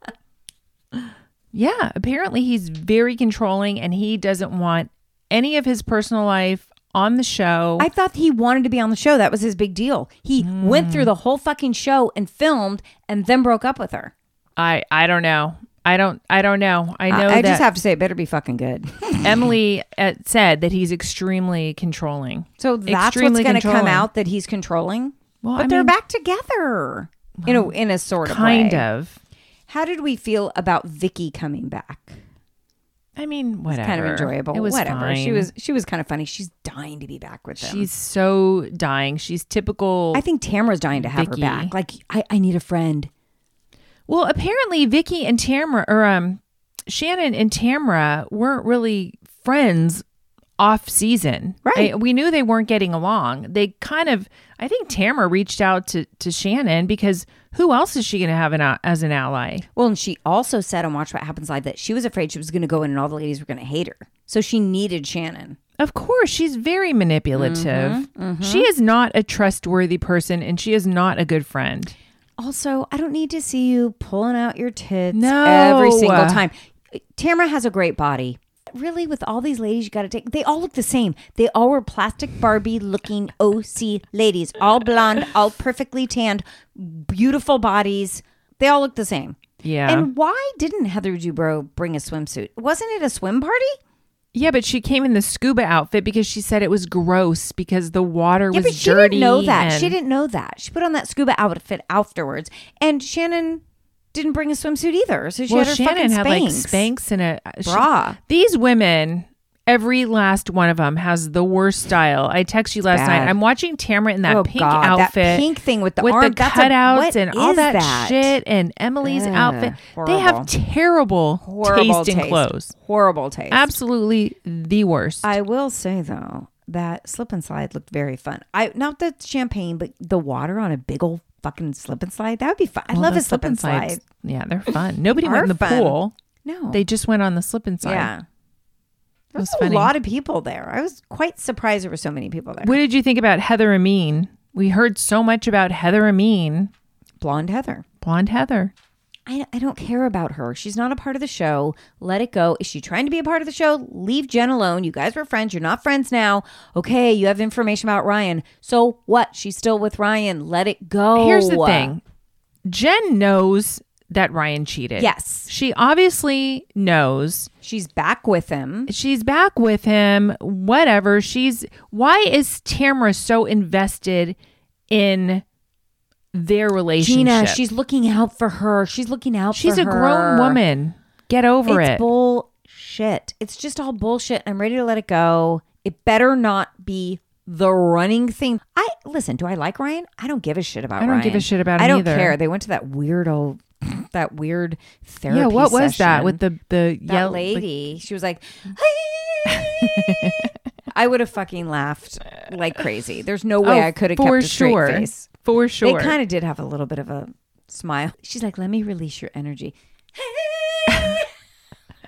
Speaker 3: yeah, apparently he's very controlling and he doesn't want any of his personal life on the show.
Speaker 2: I thought he wanted to be on the show. That was his big deal. He went
Speaker 3: Hmm.
Speaker 2: through the whole fucking show and filmed and then broke up with her.
Speaker 3: I, I don't know. I don't I don't know. I know
Speaker 2: I, I
Speaker 3: that
Speaker 2: just have to say, it better be fucking
Speaker 3: [LAUGHS]
Speaker 2: good.
Speaker 3: Emily uh, said that he's extremely controlling.
Speaker 2: So that's
Speaker 3: Extremely
Speaker 2: what's going to come
Speaker 3: controlling.
Speaker 2: out that he's controlling.
Speaker 3: Well,
Speaker 2: but
Speaker 3: I
Speaker 2: they're
Speaker 3: mean-
Speaker 2: back together. You know, in a sort of
Speaker 3: Kind
Speaker 2: way.
Speaker 3: of.
Speaker 2: How did we feel about Vicky coming back?
Speaker 3: I mean, whatever.
Speaker 2: Kind of enjoyable.
Speaker 3: It was
Speaker 2: Whatever. She
Speaker 3: fine.
Speaker 2: was she was kind of funny. She's dying to be back with him.
Speaker 3: She's so dying. She's typical.
Speaker 2: I think Tamara's dying to have
Speaker 3: Vicky.
Speaker 2: her back. Like I, I need a friend.
Speaker 3: well, apparently Vicky and Tamra, or um, Shannon and Tamra weren't really friends off season.
Speaker 2: Right.
Speaker 3: I- we knew they weren't getting along. They kind of. I think Tamra reached out to to Shannon because who else is she going to have an, a- as an ally?
Speaker 2: Well, and she also said on Watch What Happens Live that she was afraid she was going to go in and all the ladies were going to hate her. So she needed Shannon.
Speaker 3: Of course, she's very manipulative.
Speaker 2: Mm-hmm,
Speaker 3: She is not a trustworthy person, and she is not a good friend.
Speaker 2: Also, I don't need to see you pulling out your tits
Speaker 3: No.
Speaker 2: every single time. Tamara has a great body. Really, with all these ladies, you got to take. They all look the same. They all were plastic Barbie looking OC ladies, all blonde, all perfectly tanned, beautiful bodies. They all look the same.
Speaker 3: Yeah.
Speaker 2: And why didn't Heather Dubrow bring a swimsuit? Wasn't it a swim party?
Speaker 3: Yeah, but she came in the scuba outfit because she said it was gross because the water
Speaker 2: Yeah,
Speaker 3: was
Speaker 2: but she
Speaker 3: dirty.
Speaker 2: didn't know that.
Speaker 3: and-
Speaker 2: She didn't know that. She put on that scuba outfit afterwards, and Shannon didn't bring a swimsuit either. So she
Speaker 3: Well,
Speaker 2: had her fucking
Speaker 3: Shannon had like
Speaker 2: Spanx.
Speaker 3: spanks and a uh, she-
Speaker 2: Bra.
Speaker 3: these women, every last one of them has the worst style. I text you last night.
Speaker 2: bad.
Speaker 3: I'm watching Tamara in that
Speaker 2: Oh,
Speaker 3: pink
Speaker 2: God, that
Speaker 3: outfit,
Speaker 2: pink thing with the arm- that's a-
Speaker 3: cutouts
Speaker 2: what
Speaker 3: and all
Speaker 2: is
Speaker 3: that,
Speaker 2: that?
Speaker 3: shit, and Emily's
Speaker 2: Ugh,
Speaker 3: outfit. They
Speaker 2: horrible.
Speaker 3: have terrible,
Speaker 2: horrible
Speaker 3: taste in clothes.
Speaker 2: Horrible taste.
Speaker 3: Absolutely the worst.
Speaker 2: I will say though that slip and slide looked very fun. I not the champagne, but the water on a big old fucking slip and slide. That would be fun. I
Speaker 3: Well,
Speaker 2: love
Speaker 3: the
Speaker 2: a slip and slide.
Speaker 3: slides- Yeah, they're fun. Nobody
Speaker 2: Are
Speaker 3: went in the
Speaker 2: fun.
Speaker 3: pool.
Speaker 2: No,
Speaker 3: They just went on the slip and slide.
Speaker 2: yeah. There
Speaker 3: was
Speaker 2: was a
Speaker 3: funny.
Speaker 2: lot of people there. I was quite surprised there were so many people there.
Speaker 3: What did you think about Heather Amin? We heard so much about Heather Amin,
Speaker 2: Blonde Heather.
Speaker 3: blonde Heather.
Speaker 2: I, I don't care about her. She's not a part of the show. Let it go. Is she trying to be a part of the show? Leave Jen alone. You guys were friends. You're not friends now. Okay, you have information about Ryan. So what? She's still with Ryan. Let it go.
Speaker 3: Here's the thing Jen knows that Ryan cheated.
Speaker 2: Yes.
Speaker 3: She obviously knows.
Speaker 2: She's back with him.
Speaker 3: She's back with him, whatever. She's why is Tamra so invested in their relationship?
Speaker 2: Gina, she's looking out for her. She's looking out
Speaker 3: she's
Speaker 2: for
Speaker 3: a
Speaker 2: her.
Speaker 3: grown woman. Get over
Speaker 2: it's
Speaker 3: it.
Speaker 2: bullshit. It's just all bullshit. I'm ready to let it go. It better not be the running thing. I listen. Do I like Ryan? I don't give a shit about.
Speaker 3: I don't give
Speaker 2: Ryan.
Speaker 3: a shit about
Speaker 2: I
Speaker 3: him
Speaker 2: don't
Speaker 3: either.
Speaker 2: care. They went to that weirdo, that weird therapy.
Speaker 3: yeah, what was that
Speaker 2: session.
Speaker 3: with the the
Speaker 2: that
Speaker 3: yell? the-
Speaker 2: lady? She was like, I would have fucking laughed like crazy. There's no way
Speaker 3: Oh,
Speaker 2: I could have
Speaker 3: for
Speaker 2: kept a straight
Speaker 3: sure.
Speaker 2: face.
Speaker 3: For sure.
Speaker 2: They kind of did have a little bit of a smile. She's like, "Let me release your energy."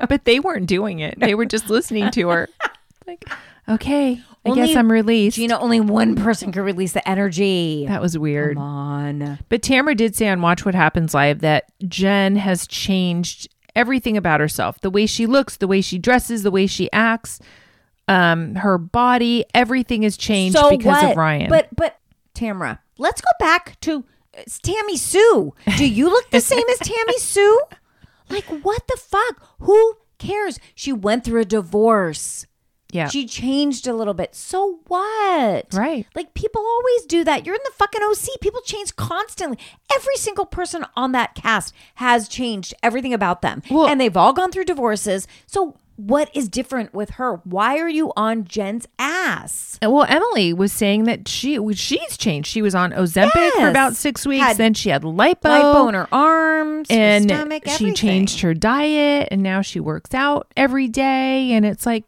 Speaker 3: But they weren't doing it. They were just listening
Speaker 2: [LAUGHS]
Speaker 3: to her. Like, okay, I
Speaker 2: Only
Speaker 3: guess I'm released.
Speaker 2: Gina, only one person could release the energy.
Speaker 3: that was weird.
Speaker 2: Come on.
Speaker 3: But Tamara did say on Watch What Happens Live that Jen has changed everything about herself the way she looks, the way she dresses, the way she acts, um, her body, everything has changed because
Speaker 2: what?
Speaker 3: of Ryan.
Speaker 2: But but Tamra, let's go back to it's Tammy Sue. Do you look the same as
Speaker 3: [LAUGHS]
Speaker 2: Tammy Sue? Like what the fuck? Who cares? She went through a divorce.
Speaker 3: yeah.
Speaker 2: She changed a little bit. So what?
Speaker 3: Right.
Speaker 2: Like people always do that. You're in the fucking OC. People change constantly. Every single person on that cast has changed everything about them.
Speaker 3: Well-
Speaker 2: and they've all gone through divorces. So What is different with her? Why are you on Jen's ass?
Speaker 3: And, Well, Emily was saying that she she's changed. She was on Ozempic for
Speaker 2: Yes.
Speaker 3: about six weeks.
Speaker 2: Had
Speaker 3: then she had lipo,
Speaker 2: Lipo in her arms, her
Speaker 3: and
Speaker 2: stomach,
Speaker 3: she
Speaker 2: everything.
Speaker 3: changed her diet, and now she works out every day. And it's like,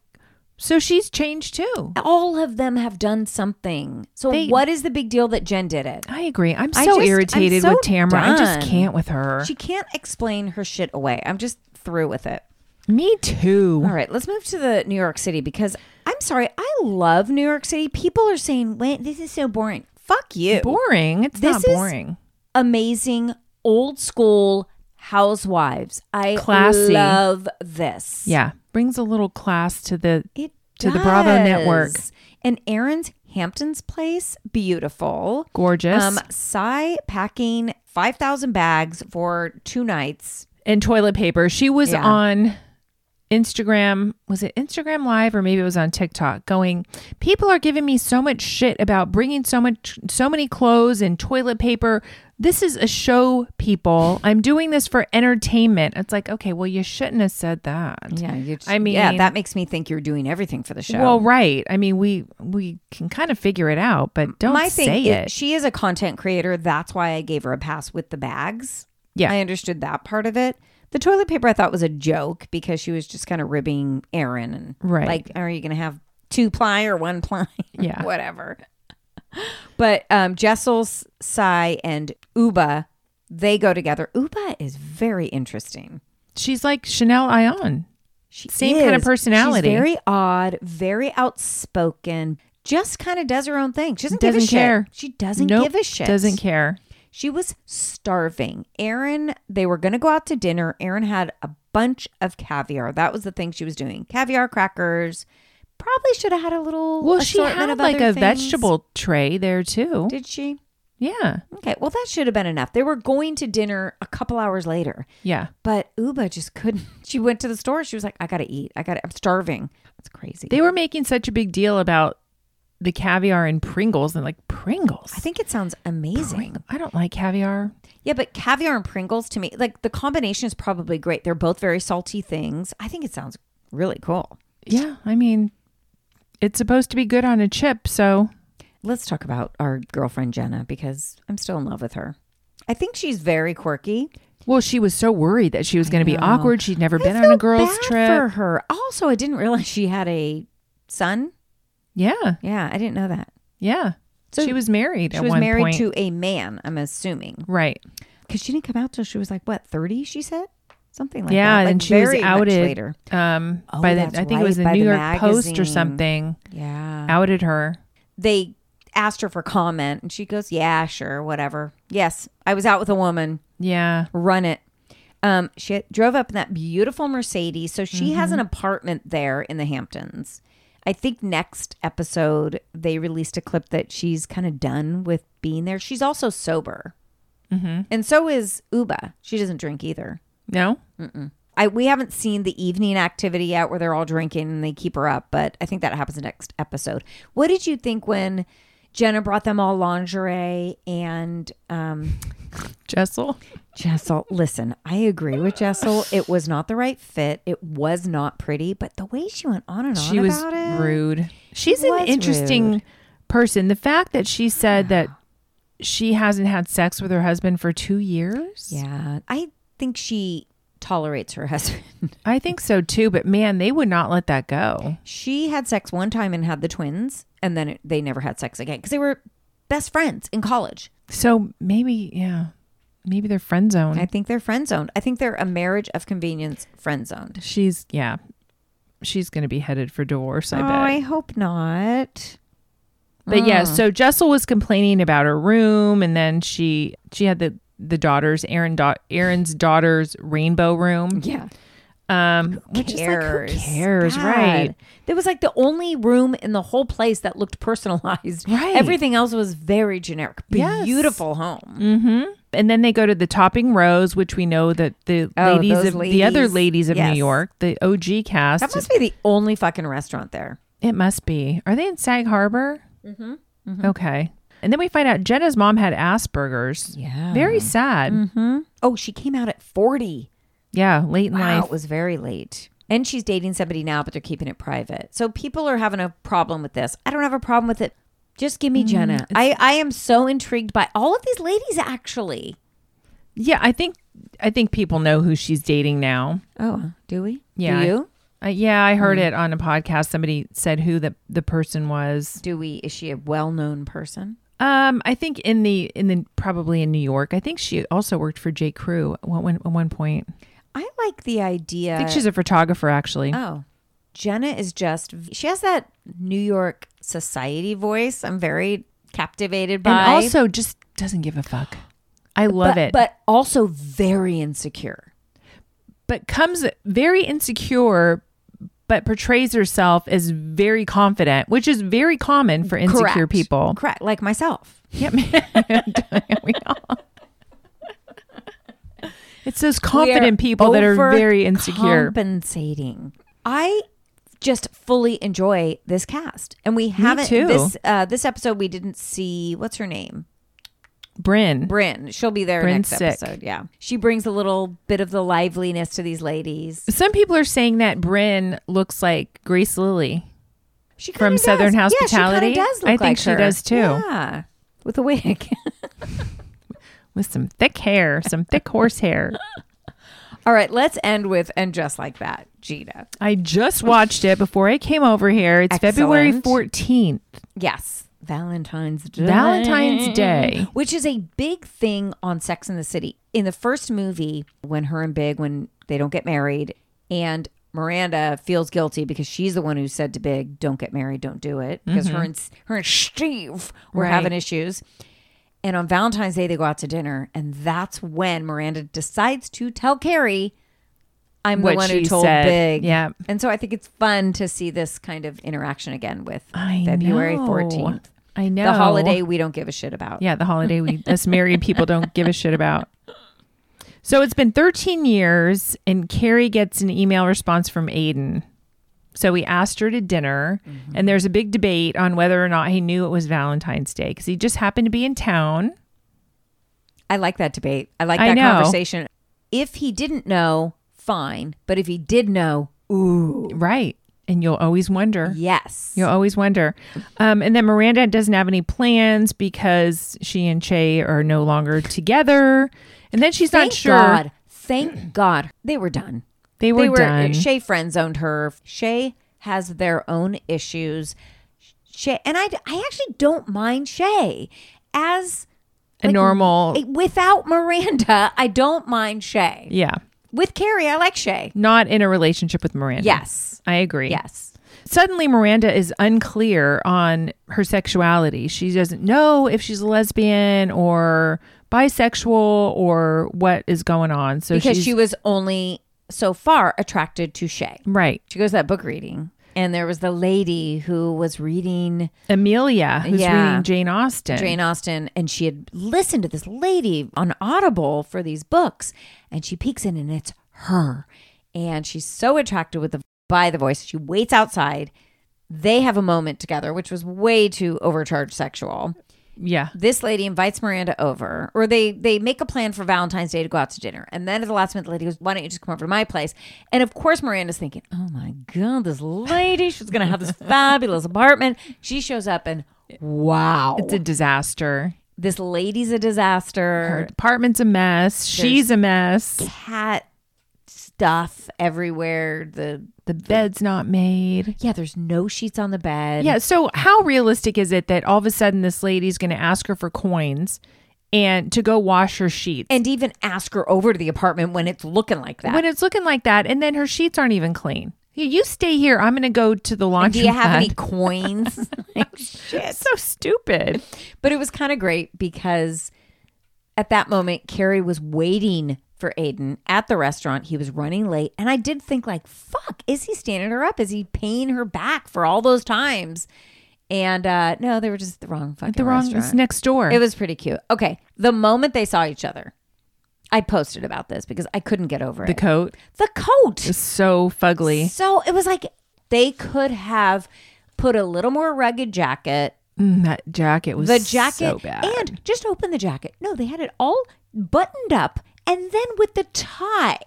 Speaker 3: so she's changed too.
Speaker 2: All of them have done something. So
Speaker 3: They-
Speaker 2: what is the big deal that Jen did it?
Speaker 3: I agree. I'm so
Speaker 2: I just- I'm
Speaker 3: irritated
Speaker 2: so
Speaker 3: with Tamara. I just
Speaker 2: done.
Speaker 3: can't with her.
Speaker 2: She can't explain her shit away. I'm just through with it.
Speaker 3: Me too.
Speaker 2: All right, let's move to the New York City because I'm sorry, I love New York City. People are saying, "Wait, this is so boring." Fuck you.
Speaker 3: Boring. It's
Speaker 2: This
Speaker 3: not
Speaker 2: is-
Speaker 3: boring.
Speaker 2: Amazing old school housewives. I
Speaker 3: Classy.
Speaker 2: love this.
Speaker 3: yeah, brings a little class to the
Speaker 2: It
Speaker 3: To the Bravo
Speaker 2: does.
Speaker 3: network.
Speaker 2: And Aaron's Hampton's place, beautiful.
Speaker 3: gorgeous
Speaker 2: Um, Cy packing 5,000 bags for two nights.
Speaker 3: and toilet paper. She was
Speaker 2: Yeah.
Speaker 3: on Instagram. Was it Instagram Live or maybe it was on TikTok? Going, people are giving me so much shit about bringing so much, so many clothes and toilet paper. This is a show, people. I'm doing this for entertainment. It's like, okay, well, you shouldn't have said that.
Speaker 2: you
Speaker 3: I mean,
Speaker 2: yeah, that makes me think you're doing everything for the show.
Speaker 3: Well, right. I mean, we we can kind of figure it out, but don't
Speaker 2: my
Speaker 3: say
Speaker 2: thing
Speaker 3: it.
Speaker 2: is she is a content creator that's why i gave her a pass with the bags
Speaker 3: Yeah.
Speaker 2: i understood that part of it the toilet paper i thought was a joke because she was just kind of ribbing aaron and
Speaker 3: Right.
Speaker 2: like are you gonna have two ply or one ply [LAUGHS]
Speaker 3: Yeah.
Speaker 2: whatever but um jessel Sai, and uba they go together uba is very interesting
Speaker 3: She's like Chanel Ion.
Speaker 2: she
Speaker 3: Same kind of
Speaker 2: is.
Speaker 3: personality.
Speaker 2: She's very odd, very outspoken. Just kind of does her own thing. She doesn't, give a
Speaker 3: Doesn't care.
Speaker 2: shit. She doesn't
Speaker 3: Nope,
Speaker 2: give a shit.
Speaker 3: Doesn't care.
Speaker 2: She was starving. Erin, they were going to go out to dinner. Erin had a bunch of caviar. That was the thing she was doing. Caviar crackers. Probably should have had a little.
Speaker 3: Well, she
Speaker 2: assortment
Speaker 3: had
Speaker 2: of
Speaker 3: like a
Speaker 2: other things.
Speaker 3: vegetable tray there too.
Speaker 2: Did she?
Speaker 3: yeah.
Speaker 2: Okay. Well, that should have been enough. They were going to dinner a couple hours later,
Speaker 3: Yeah.
Speaker 2: but Uba just couldn't. [LAUGHS] She went to the store. She was like, "I got to eat. I got. to I'm starving." That's crazy.
Speaker 3: They were making such a big deal about the caviar and Pringles and like Pringles.
Speaker 2: I think it sounds amazing.
Speaker 3: Pring- I don't like caviar.
Speaker 2: Yeah, but caviar and Pringles to me, like the combination is probably great. They're both very salty things. I think it sounds really cool.
Speaker 3: Yeah, I mean it's supposed to be good on a chip, so
Speaker 2: Let's talk about our girlfriend Jenna because I'm still in love with her. I think she's very quirky.
Speaker 3: well, she was so worried that she was going to be
Speaker 2: know.
Speaker 3: awkward. She'd never been
Speaker 2: I
Speaker 3: on a
Speaker 2: feel
Speaker 3: girls
Speaker 2: bad
Speaker 3: trip.
Speaker 2: for her. Also, I didn't realize she had a son.
Speaker 3: yeah.
Speaker 2: Yeah, I didn't know that.
Speaker 3: Yeah.
Speaker 2: So
Speaker 3: she was married
Speaker 2: She
Speaker 3: at
Speaker 2: was
Speaker 3: one
Speaker 2: married
Speaker 3: point.
Speaker 2: to a man. I'm assuming
Speaker 3: Right.
Speaker 2: because she didn't come out till she was like what 30. She said something like
Speaker 3: yeah,
Speaker 2: that. Like,
Speaker 3: and she was
Speaker 2: very much
Speaker 3: outed
Speaker 2: later.
Speaker 3: um
Speaker 2: Oh,
Speaker 3: by the
Speaker 2: that's
Speaker 3: I think it was
Speaker 2: right,
Speaker 3: the
Speaker 2: by
Speaker 3: New
Speaker 2: the
Speaker 3: York Post or
Speaker 2: magazine. Oh.
Speaker 3: something
Speaker 2: Yeah,
Speaker 3: outed her.
Speaker 2: they asked her for comment and she goes, Yeah, sure, whatever. Yes, I was out with a woman.
Speaker 3: Yeah.
Speaker 2: Run it. Um, she drove up in that beautiful Mercedes. So she has an apartment there in the Hamptons. I think next episode they released a clip that she's kind of done with being there. She's also sober. And so is Uba. She doesn't drink either.
Speaker 3: No?
Speaker 2: I we haven't seen the evening activity yet where they're all drinking and they keep her up, but I think that happens next episode. What did you think when Jenna brought them all lingerie and um
Speaker 3: Jessel.
Speaker 2: Jessel, listen, I agree with Jessel. It was not the right fit. It was not pretty, but the way she went on and on
Speaker 3: she was
Speaker 2: about it.
Speaker 3: rude. She's an
Speaker 2: was
Speaker 3: interesting
Speaker 2: rude.
Speaker 3: person. The fact that she said that she hasn't had sex with her husband for two years,
Speaker 2: Yeah. I think she tolerates her [LAUGHS] husband.
Speaker 3: I think so too. But man, they would not let that go.
Speaker 2: She had sex one time and had the twins, and then it, they never had sex again because they were best friends in college.
Speaker 3: So maybe, yeah, maybe they're friend zoned.
Speaker 2: I think they're friend zoned. I think they're a marriage of convenience friend zoned.
Speaker 3: she's yeah, she's gonna be headed for divorce. I bet.
Speaker 2: Oh, hope not.
Speaker 3: But yeah,
Speaker 2: Mm.
Speaker 3: so Jessel was complaining about her room, and then she she had the the daughters, Aaron, da- Aaron's daughter's rainbow room.
Speaker 2: Yeah.
Speaker 3: Um, which
Speaker 2: Cares.
Speaker 3: is like, who cares,
Speaker 2: God.
Speaker 3: right?
Speaker 2: There was like the only room in the whole place that looked personalized.
Speaker 3: Right.
Speaker 2: Everything else was very generic.
Speaker 3: Yes.
Speaker 2: Beautiful home.
Speaker 3: And then they go to the topping rows, which we know that the
Speaker 2: Oh,
Speaker 3: ladies
Speaker 2: those
Speaker 3: of the other
Speaker 2: ladies.
Speaker 3: ladies of
Speaker 2: Yes.
Speaker 3: New York, the OG cast.
Speaker 2: That must be the only fucking restaurant there.
Speaker 3: it must be. Are they in Sag Harbor? Mm-hmm. Okay. And then we find out Jenna's mom had Asperger's.
Speaker 2: Yeah. Mm-hmm.
Speaker 3: Very sad.
Speaker 2: Oh, she came out at 40.
Speaker 3: Yeah, late in
Speaker 2: Wow.
Speaker 3: life.
Speaker 2: It was very late. And she's dating somebody now, but they're keeping it private. So people are having a problem with this. I don't have a problem with it. Just give me Jenna. I, I am so intrigued by all of these ladies, actually.
Speaker 3: Yeah, I think I think people know who she's dating now.
Speaker 2: Oh, do we?
Speaker 3: Yeah,
Speaker 2: Do you? Hmm.
Speaker 3: I, yeah, I heard it on a podcast. Somebody said who the the person was.
Speaker 2: Do we? Is she a well known person?
Speaker 3: Um, I think in the in the probably in New York. I think she also worked for J Crew at one, at one point.
Speaker 2: I like the idea.
Speaker 3: I think she's a photographer actually.
Speaker 2: Oh, Jenna is just, she has that New York society voice. I'm very captivated by.
Speaker 3: and also just doesn't give a fuck. I love
Speaker 2: but,
Speaker 3: it.
Speaker 2: But also very insecure.
Speaker 3: but comes very insecure but portrays herself as very confident, which is very common for insecure
Speaker 2: Correct.
Speaker 3: people.
Speaker 2: Correct. Like myself.
Speaker 3: Yep. [LAUGHS] We all- it's those
Speaker 2: [LAUGHS]
Speaker 3: confident
Speaker 2: We
Speaker 3: people that are very insecure.
Speaker 2: Compensating. I just fully enjoy this cast, and we haven't
Speaker 3: too.
Speaker 2: this uh, this episode. We didn't see what's her name,
Speaker 3: Bryn.
Speaker 2: Bryn. She'll be there
Speaker 3: Bryn's
Speaker 2: next
Speaker 3: sick.
Speaker 2: episode. Yeah, she brings a little bit of the liveliness to these ladies.
Speaker 3: Some people are saying that Bryn looks like Grace Lily
Speaker 2: She kinda
Speaker 3: from
Speaker 2: does.
Speaker 3: Southern
Speaker 2: Yeah, she kinda
Speaker 3: Hospitality.
Speaker 2: does look
Speaker 3: I think
Speaker 2: like
Speaker 3: she
Speaker 2: her.
Speaker 3: does too,
Speaker 2: Yeah, with a wig. [LAUGHS]
Speaker 3: with some thick hair, some thick horse hair.
Speaker 2: All right, let's end with and just like that, Gina.
Speaker 3: I just watched it before I came over here. It's February
Speaker 2: Excellent. Mm-hmm.
Speaker 3: 14th.
Speaker 2: Yes, Valentine's Day.
Speaker 3: Valentine's Day.
Speaker 2: Which is a big thing on Sex in the City. In the first movie, when her and Big, when they don't get married, and Miranda feels guilty because she's the one who said to Big, "Don't get married, don't do it," because her and her and Steve were
Speaker 3: Mm-hmm. Right.
Speaker 2: having issues. And on Valentine's Day, they go out to dinner, and that's when Miranda decides to tell Carrie, "I'm the
Speaker 3: What
Speaker 2: one who
Speaker 3: she
Speaker 2: told
Speaker 3: said.
Speaker 2: Big."
Speaker 3: Yeah.
Speaker 2: And so I think it's fun to see this kind of interaction again with
Speaker 3: I
Speaker 2: February
Speaker 3: know.
Speaker 2: 14th.
Speaker 3: I know.
Speaker 2: The holiday we don't give a shit about.
Speaker 3: Yeah, the holiday we us married people don't give a shit about. So it's been 13 years, and Carrie gets an email response from Aiden. So we asked her to dinner, and there's a big debate on whether or not he knew it was Valentine's Day because he just happened to be in town.
Speaker 2: I like that debate. I like
Speaker 3: I
Speaker 2: that
Speaker 3: know.
Speaker 2: conversation. If he didn't know, fine. But if he did know, ooh,
Speaker 3: Right. And you'll always wonder.
Speaker 2: yes.
Speaker 3: You'll always wonder. Um, and then Miranda doesn't have any plans because she and Che are no longer together. And then she's
Speaker 2: Thank
Speaker 3: not sure.
Speaker 2: God. Thank God. They were done.
Speaker 3: They were, done.
Speaker 2: Shay friend zoned her. Shay has their own issues. Shay and I I actually don't mind Shay as eh,
Speaker 3: a normal.
Speaker 2: without Miranda, [LAUGHS] I don't mind Shay.
Speaker 3: yeah.
Speaker 2: With Carrie, I like Shay.
Speaker 3: Not in a relationship with Miranda.
Speaker 2: Yes.
Speaker 3: I agree.
Speaker 2: Yes.
Speaker 3: Suddenly, Miranda is unclear on her sexuality. She doesn't know if she's a lesbian or bisexual or what is going on. So
Speaker 2: Because
Speaker 3: she's,
Speaker 2: she was only so far attracted to Shay.
Speaker 3: Right.
Speaker 2: She goes to that book reading, and there was the lady who was reading
Speaker 3: Amelia, who's
Speaker 2: Yeah.
Speaker 3: reading Jane Austen.
Speaker 2: Jane Austen, and she had listened to this lady on Audible for these books, and she peeks in, and it's her, and she's so attracted with the by the voice. She waits outside. They have a moment together, which was way too overcharged sexual.
Speaker 3: Yeah.
Speaker 2: This lady invites Miranda over, or they they make a plan for Valentine's Day to go out to dinner, and then at the last minute, the lady goes, "Why don't you just come over to my place?" And of course, Miranda's thinking, "Oh my god, this lady, she's gonna
Speaker 3: [LAUGHS]
Speaker 2: have this fabulous apartment." She shows up, and wow,
Speaker 3: It's a disaster.
Speaker 2: this lady's a disaster.
Speaker 3: Her apartment's a mess. She's a mess.
Speaker 2: Cat stuff everywhere. The
Speaker 3: The bed's not made.
Speaker 2: yeah, there's no sheets on the bed.
Speaker 3: Yeah. So, how realistic is it that all of a sudden this lady's going to ask her for coins and to go wash her sheets?
Speaker 2: and even ask her over to the apartment when it's looking like that.
Speaker 3: when it's looking like that, and then her sheets aren't even clean. You- You stay here. I'm going to go to the laundromat.
Speaker 2: Do you have
Speaker 3: [LAUGHS]
Speaker 2: any coins? Like, shit.
Speaker 3: So stupid.
Speaker 2: But it was kind of great because at that moment, Carrie was waiting for Aiden at the restaurant. He was running late. And I did think, like, fuck, is he standing her up? Is he paying her back for all those times? And uh, no, they were just at the wrong fucking
Speaker 3: The
Speaker 2: [LAUGHS]
Speaker 3: wrong.
Speaker 2: restaurant.
Speaker 3: It's next door.
Speaker 2: It was pretty cute. Okay. The moment they saw each other, I posted about this because I couldn't get over
Speaker 3: the
Speaker 2: it.
Speaker 3: coat.
Speaker 2: the coat.
Speaker 3: So fugly.
Speaker 2: So it was like they could have put a little more rugged jacket
Speaker 3: Mm, that jacket was
Speaker 2: the jacket
Speaker 3: so bad.
Speaker 2: and just open the jacket. No, they had it all buttoned up and then with the tie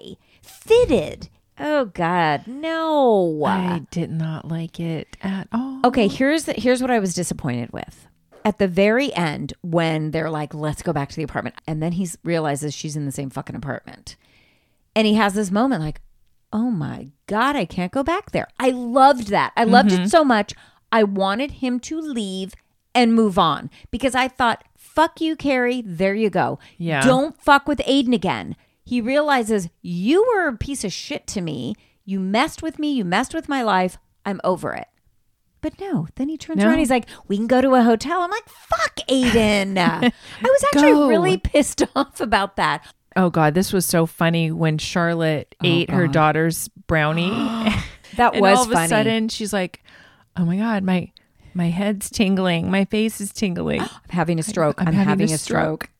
Speaker 2: fitted Oh God, no.
Speaker 3: I did not like it at all.
Speaker 2: Okay, here's the, here's what I was disappointed with. At the very end, when they're like, "Let's go back to the apartment," and then he s- realizes she's in the same fucking apartment, and he has this moment like, "Oh my god, I can't go back there." I loved that. I loved it so much. I wanted him to leave and move on because I thought, "Fuck you, Carrie. There you go.
Speaker 3: Yeah.
Speaker 2: Don't fuck with Aiden again." He realizes you were a piece of shit to me. You messed with me. You messed with my life. I'm over it. But no, then he turns
Speaker 3: No.
Speaker 2: around. He's like, "We can go to a hotel." I'm like, "Fuck, [LAUGHS] Aiden!" I was actually
Speaker 3: Go.
Speaker 2: really pissed [LAUGHS] off about that.
Speaker 3: Oh God, this was so funny when Charlotte ate her daughter's
Speaker 2: [GASPS]
Speaker 3: brownie. [LAUGHS]
Speaker 2: That
Speaker 3: and
Speaker 2: Oh, was
Speaker 3: all of
Speaker 2: funny.
Speaker 3: a sudden she's like, "Oh my God, my my head's tingling, my face
Speaker 2: [GASPS]
Speaker 3: is tingling."
Speaker 2: I'm having a stroke. I'm,
Speaker 3: I'm
Speaker 2: having,
Speaker 3: having
Speaker 2: a
Speaker 3: a
Speaker 2: stroke. [LAUGHS]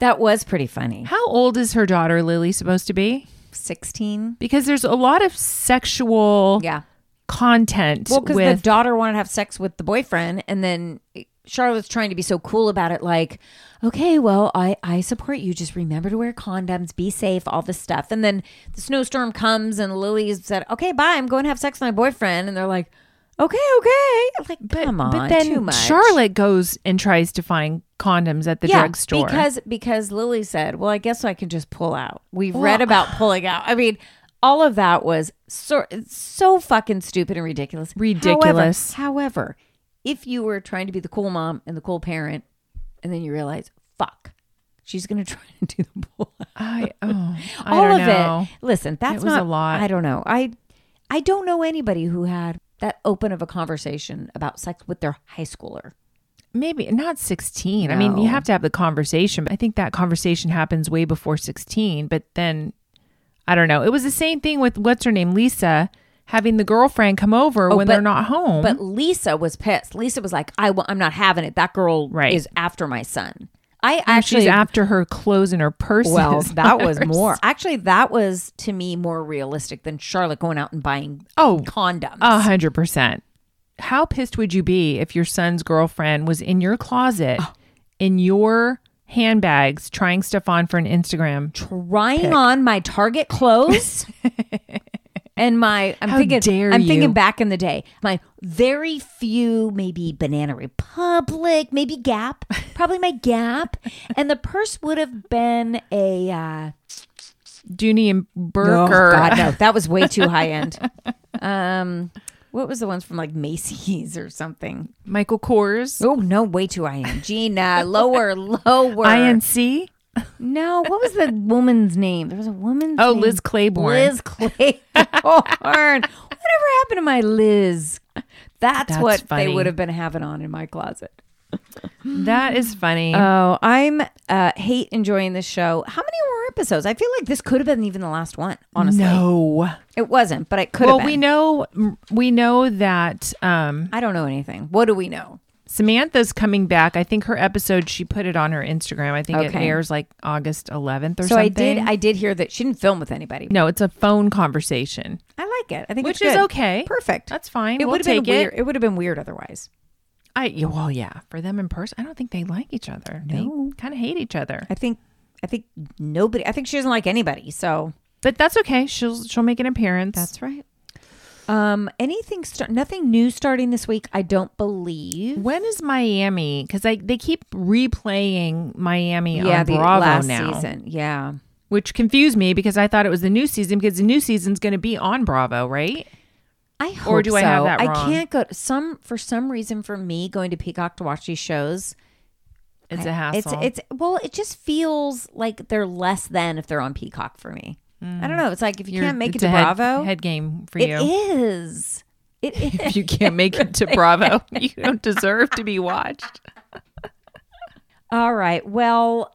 Speaker 2: That was pretty funny.
Speaker 3: How old is her daughter Lily supposed to be?
Speaker 2: Sixteen.
Speaker 3: Because there's a lot of sexual
Speaker 2: Yeah.
Speaker 3: content
Speaker 2: Well, because the
Speaker 3: with
Speaker 2: daughter wanted to have sex with the boyfriend, and then Charlotte's trying to be so cool about it, like, "Okay, well, I I support you. Just remember to wear condoms, be safe, all this stuff." And then the snowstorm comes, and Lily said, "Okay, bye. I'm going to have sex with my boyfriend." And they're like, "Okay, okay." I'm Like, come on,
Speaker 3: but then
Speaker 2: too much.
Speaker 3: Charlotte goes and tries to find condoms at the
Speaker 2: yeah,
Speaker 3: drugstore.
Speaker 2: because because Lily said, "Well, I guess I can just pull out." We've read
Speaker 3: [SIGHS]
Speaker 2: about pulling out. I mean, all of that was so so fucking stupid and ridiculous. However-
Speaker 3: Ridiculous.
Speaker 2: However, if you were trying to be the cool mom and the cool parent, and then you realize, fuck, she's gonna [LAUGHS] try to do the pull out.
Speaker 3: I oh I
Speaker 2: all
Speaker 3: don't
Speaker 2: of
Speaker 3: know.
Speaker 2: it. Listen, that's
Speaker 3: was
Speaker 2: not
Speaker 3: a lot.
Speaker 2: I don't know. I I don't know anybody who had that open of a conversation about sex with their high schooler.
Speaker 3: Maybe not 16. I mean, you
Speaker 2: No.
Speaker 3: have to have the conversation. I think that conversation happens way before 16, but then I don't know. It was the same thing with what's her name, Lisa, having the girlfriend come over when
Speaker 2: Oh, but-
Speaker 3: they're not home.
Speaker 2: But Lisa was pissed. Lisa was like, I, am not having it. That girl
Speaker 3: Right.
Speaker 2: is after my son. I
Speaker 3: And
Speaker 2: actually,
Speaker 3: she's after [LAUGHS] her clothes and her purse.
Speaker 2: well, that was more. Actually, that was to me more realistic than Charlotte going out and buying
Speaker 3: Oh,
Speaker 2: condoms.
Speaker 3: a hundred percent. How pissed would you be if your son's girlfriend was in your closet,
Speaker 2: Ah.
Speaker 3: in your handbags, trying stuff on for an Instagram?
Speaker 2: Trying on my Target
Speaker 3: [LAUGHS]
Speaker 2: clothes. And my, I'm
Speaker 3: How
Speaker 2: thinking,
Speaker 3: dare
Speaker 2: I'm
Speaker 3: you.
Speaker 2: thinking back in the day, my very few, maybe Banana Republic, maybe Gap, probably my Gap, and the purse would have been a uh,
Speaker 3: Dooney and
Speaker 2: Oh,
Speaker 3: Burke or
Speaker 2: God, [LAUGHS] no, that was way too high end. Um, what was the ones from like Macy's or something?
Speaker 3: [LAUGHS] Michael Kors,
Speaker 2: Oh no, way too high end. [LAUGHS] Gina, lower, lower.
Speaker 3: INC.
Speaker 2: No, what was the woman's name? There was a woman's.
Speaker 3: Oh,
Speaker 2: name.
Speaker 3: Liz Claiborne.
Speaker 2: Liz [LAUGHS] Claiborne. Whatever happened to my Liz? That's,
Speaker 3: That's
Speaker 2: what they
Speaker 3: funny.
Speaker 2: would have been having on in my closet.
Speaker 3: That is funny.
Speaker 2: Oh, I'm uh, hate enjoying this show. How many more episodes? I feel like this could have been even the last one. Honestly,
Speaker 3: no.
Speaker 2: it wasn't, but it could
Speaker 3: Well,
Speaker 2: have
Speaker 3: we
Speaker 2: been.
Speaker 3: know we know that um,
Speaker 2: I don't know anything. What do we know?
Speaker 3: Samantha's coming back. I think her episode she put it on her Instagram. I think it
Speaker 2: Okay.
Speaker 3: airs like August 11th or
Speaker 2: So
Speaker 3: something.
Speaker 2: I did. I did hear that she didn't film with anybody.
Speaker 3: no, it's a phone conversation.
Speaker 2: I like it. I think
Speaker 3: Which
Speaker 2: it's
Speaker 3: is
Speaker 2: good.
Speaker 3: okay.
Speaker 2: Perfect.
Speaker 3: That's fine.
Speaker 2: It
Speaker 3: We'll
Speaker 2: would have
Speaker 3: take
Speaker 2: been
Speaker 3: it.
Speaker 2: weird. It would have been weird otherwise.
Speaker 3: I yeah, well, yeah. For them in person, I don't think they like each other.
Speaker 2: No.
Speaker 3: They kind of hate each other.
Speaker 2: I think. I think nobody. I think she doesn't like anybody. So
Speaker 3: But that's okay. She'll she'll make an appearance.
Speaker 2: right. Um. Anything. Start. Nothing new starting this week. I don't believe.
Speaker 3: when is Miami? Because I they keep replaying Miami
Speaker 2: Yeah.
Speaker 3: on
Speaker 2: The
Speaker 3: Bravo
Speaker 2: last
Speaker 3: now,
Speaker 2: season. Yeah.
Speaker 3: which confused me because I thought it was the new season because the new season's going to be on Bravo, right?
Speaker 2: I hope
Speaker 3: Or do
Speaker 2: so.
Speaker 3: I have that wrong?
Speaker 2: I can't go. Some for some reason for me going to Peacock to watch these shows.
Speaker 3: It's a hassle.
Speaker 2: It's it's well, it just feels like they're less than if they're on Peacock for me. I don't know. It's like if you
Speaker 3: You're-
Speaker 2: can't make it
Speaker 3: it's
Speaker 2: to
Speaker 3: a head-
Speaker 2: Bravo,
Speaker 3: head game for
Speaker 2: it
Speaker 3: you.
Speaker 2: is. It is.
Speaker 3: If you can't make
Speaker 2: [LAUGHS]
Speaker 3: it to Bravo, [LAUGHS] you don't deserve to be watched.
Speaker 2: All right. Well,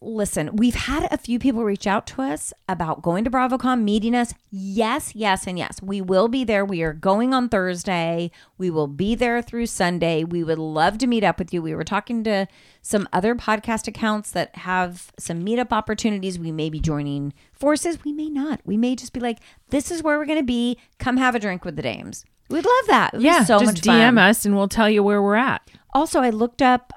Speaker 2: listen, we've had a few people reach out to us about going to BravoCon, meeting us. Yes, yes, and yes. We will be there. We are going on Thursday. We will be there through Sunday. We would love to meet up with you. We were talking to some other podcast accounts that have some meetup opportunities. We may be joining forces. We may not. We may just be like, this is where we're going to be. Come have a drink with the dames. We'd love that. It would be
Speaker 3: Yeah,
Speaker 2: so
Speaker 3: just
Speaker 2: much
Speaker 3: DM
Speaker 2: fun.
Speaker 3: us and we'll tell you where we're at.
Speaker 2: Also, I looked up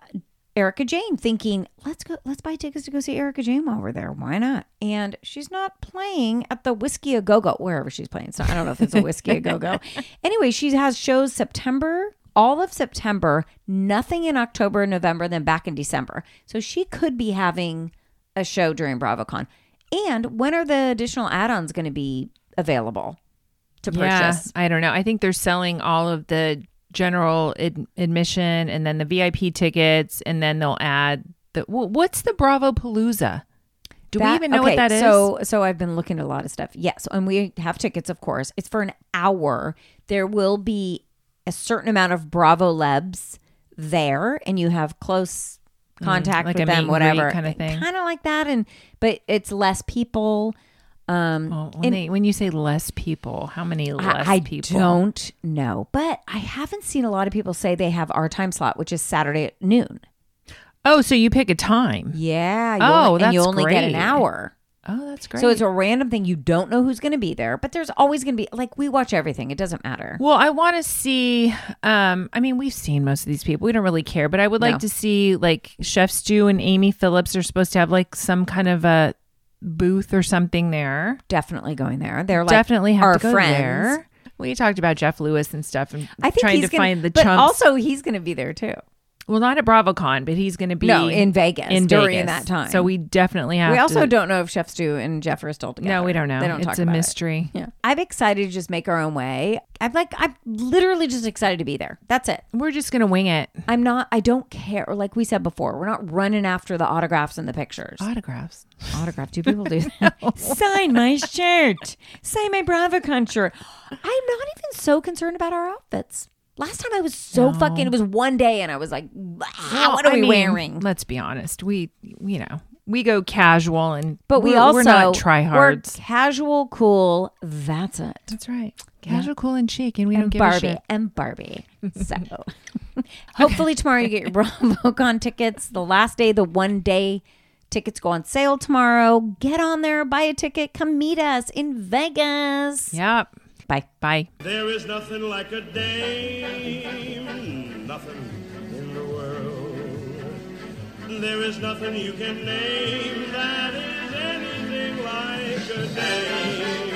Speaker 2: Erica Jane, thinking, let's go, let's buy tickets to go see Erica Jane while we're there. Why not? And she's not playing at the Whiskey a Go Go, wherever she's playing. So I don't know if it's a Whiskey a Go Go. Anyway, she has shows September, all of September, nothing in October, November, then back in December. So she could be having a show during BravoCon. And when are the additional add ons going to be available to purchase?
Speaker 3: I don't know. I think they're selling all of the general ad- admission and then the VIP tickets, and then they'll add the wh- what's the Bravo Palooza? Do we
Speaker 2: That-
Speaker 3: even know
Speaker 2: okay,
Speaker 3: what that is?
Speaker 2: So, so I've been looking at a lot of stuff. Yes, and we have tickets, of course. It's for an hour. There will be a certain amount of Bravo Lebs there, and you have close contact
Speaker 3: Mm,
Speaker 2: with
Speaker 3: like a meet
Speaker 2: them,
Speaker 3: and greet
Speaker 2: whatever
Speaker 3: kinda thing.
Speaker 2: kind of like that. And but it's less people. Um,
Speaker 3: Well, when, they, when you say less people, how many less
Speaker 2: I, I
Speaker 3: people?
Speaker 2: don't know, but I haven't seen a lot of people say they have our time slot, which is Saturday at noon.
Speaker 3: Oh, so you pick a time.
Speaker 2: Yeah. You
Speaker 3: Oh,
Speaker 2: only, and you
Speaker 3: that's
Speaker 2: only get an
Speaker 3: great.
Speaker 2: hour.
Speaker 3: Oh, that's great.
Speaker 2: So it's a random thing. You don't know who's going to be there, but there's always going to be like we watch everything. It doesn't matter.
Speaker 3: Well, I want to see. Um, I mean, we've seen most of these people. We don't really care, but I would like
Speaker 2: No.
Speaker 3: to see like Chef Stu and Amy Phillips are supposed to have like some kind of a booth or something there.
Speaker 2: Definitely going there. They're like
Speaker 3: Definitely have
Speaker 2: our
Speaker 3: to go
Speaker 2: friends.
Speaker 3: there. We talked about Jeff Lewis and stuff, and
Speaker 2: I think
Speaker 3: trying
Speaker 2: he's
Speaker 3: to
Speaker 2: gonna,
Speaker 3: find the
Speaker 2: but
Speaker 3: chumps.
Speaker 2: also he's going to be there too.
Speaker 3: well, not at BravoCon, but he's going to be
Speaker 2: No, in Vegas
Speaker 3: in
Speaker 2: during
Speaker 3: Vegas.
Speaker 2: that time.
Speaker 3: So we definitely have.
Speaker 2: we also
Speaker 3: to-
Speaker 2: don't know if Chef Stu and Jeff are still together.
Speaker 3: No, we don't know.
Speaker 2: They don't
Speaker 3: it's
Speaker 2: talk
Speaker 3: a
Speaker 2: about it.
Speaker 3: mystery.
Speaker 2: Yeah, I'm excited to just make our own way. I'm like I'm literally just excited to be there. That's it.
Speaker 3: We're just going to wing it.
Speaker 2: I'm not. I don't care. Like we said before, we're not running after the autographs and the pictures.
Speaker 3: Autographs.
Speaker 2: autograph. Do people do that? Sign my shirt. Sign my BravoCon shirt. I'm not even so concerned about our outfits. Last time I was so fucking. It was one day, and I was like, "Ah, [LAUGHS] "What are
Speaker 3: I
Speaker 2: we
Speaker 3: mean,
Speaker 2: wearing?"
Speaker 3: Let's be honest. We, you know, we go casual and
Speaker 2: But we
Speaker 3: we're-
Speaker 2: also
Speaker 3: we're not
Speaker 2: we're
Speaker 3: tryhards.
Speaker 2: casual, cool. That's it.
Speaker 3: That's right. Casual, cool, and chic, and we don't
Speaker 2: And
Speaker 3: give a
Speaker 2: Barbie
Speaker 3: shit.
Speaker 2: and Barbie. So,
Speaker 3: [LAUGHS]
Speaker 2: hopefully tomorrow you get your [LAUGHS] BravoCon tickets. The last day, the one day tickets go on sale tomorrow. Get on there, buy a ticket, come meet us in Vegas.
Speaker 3: Yep.
Speaker 2: Bye.
Speaker 3: Bye.
Speaker 4: There is nothing like a dame, nothing in the world. There is nothing you can name that is anything like a dame.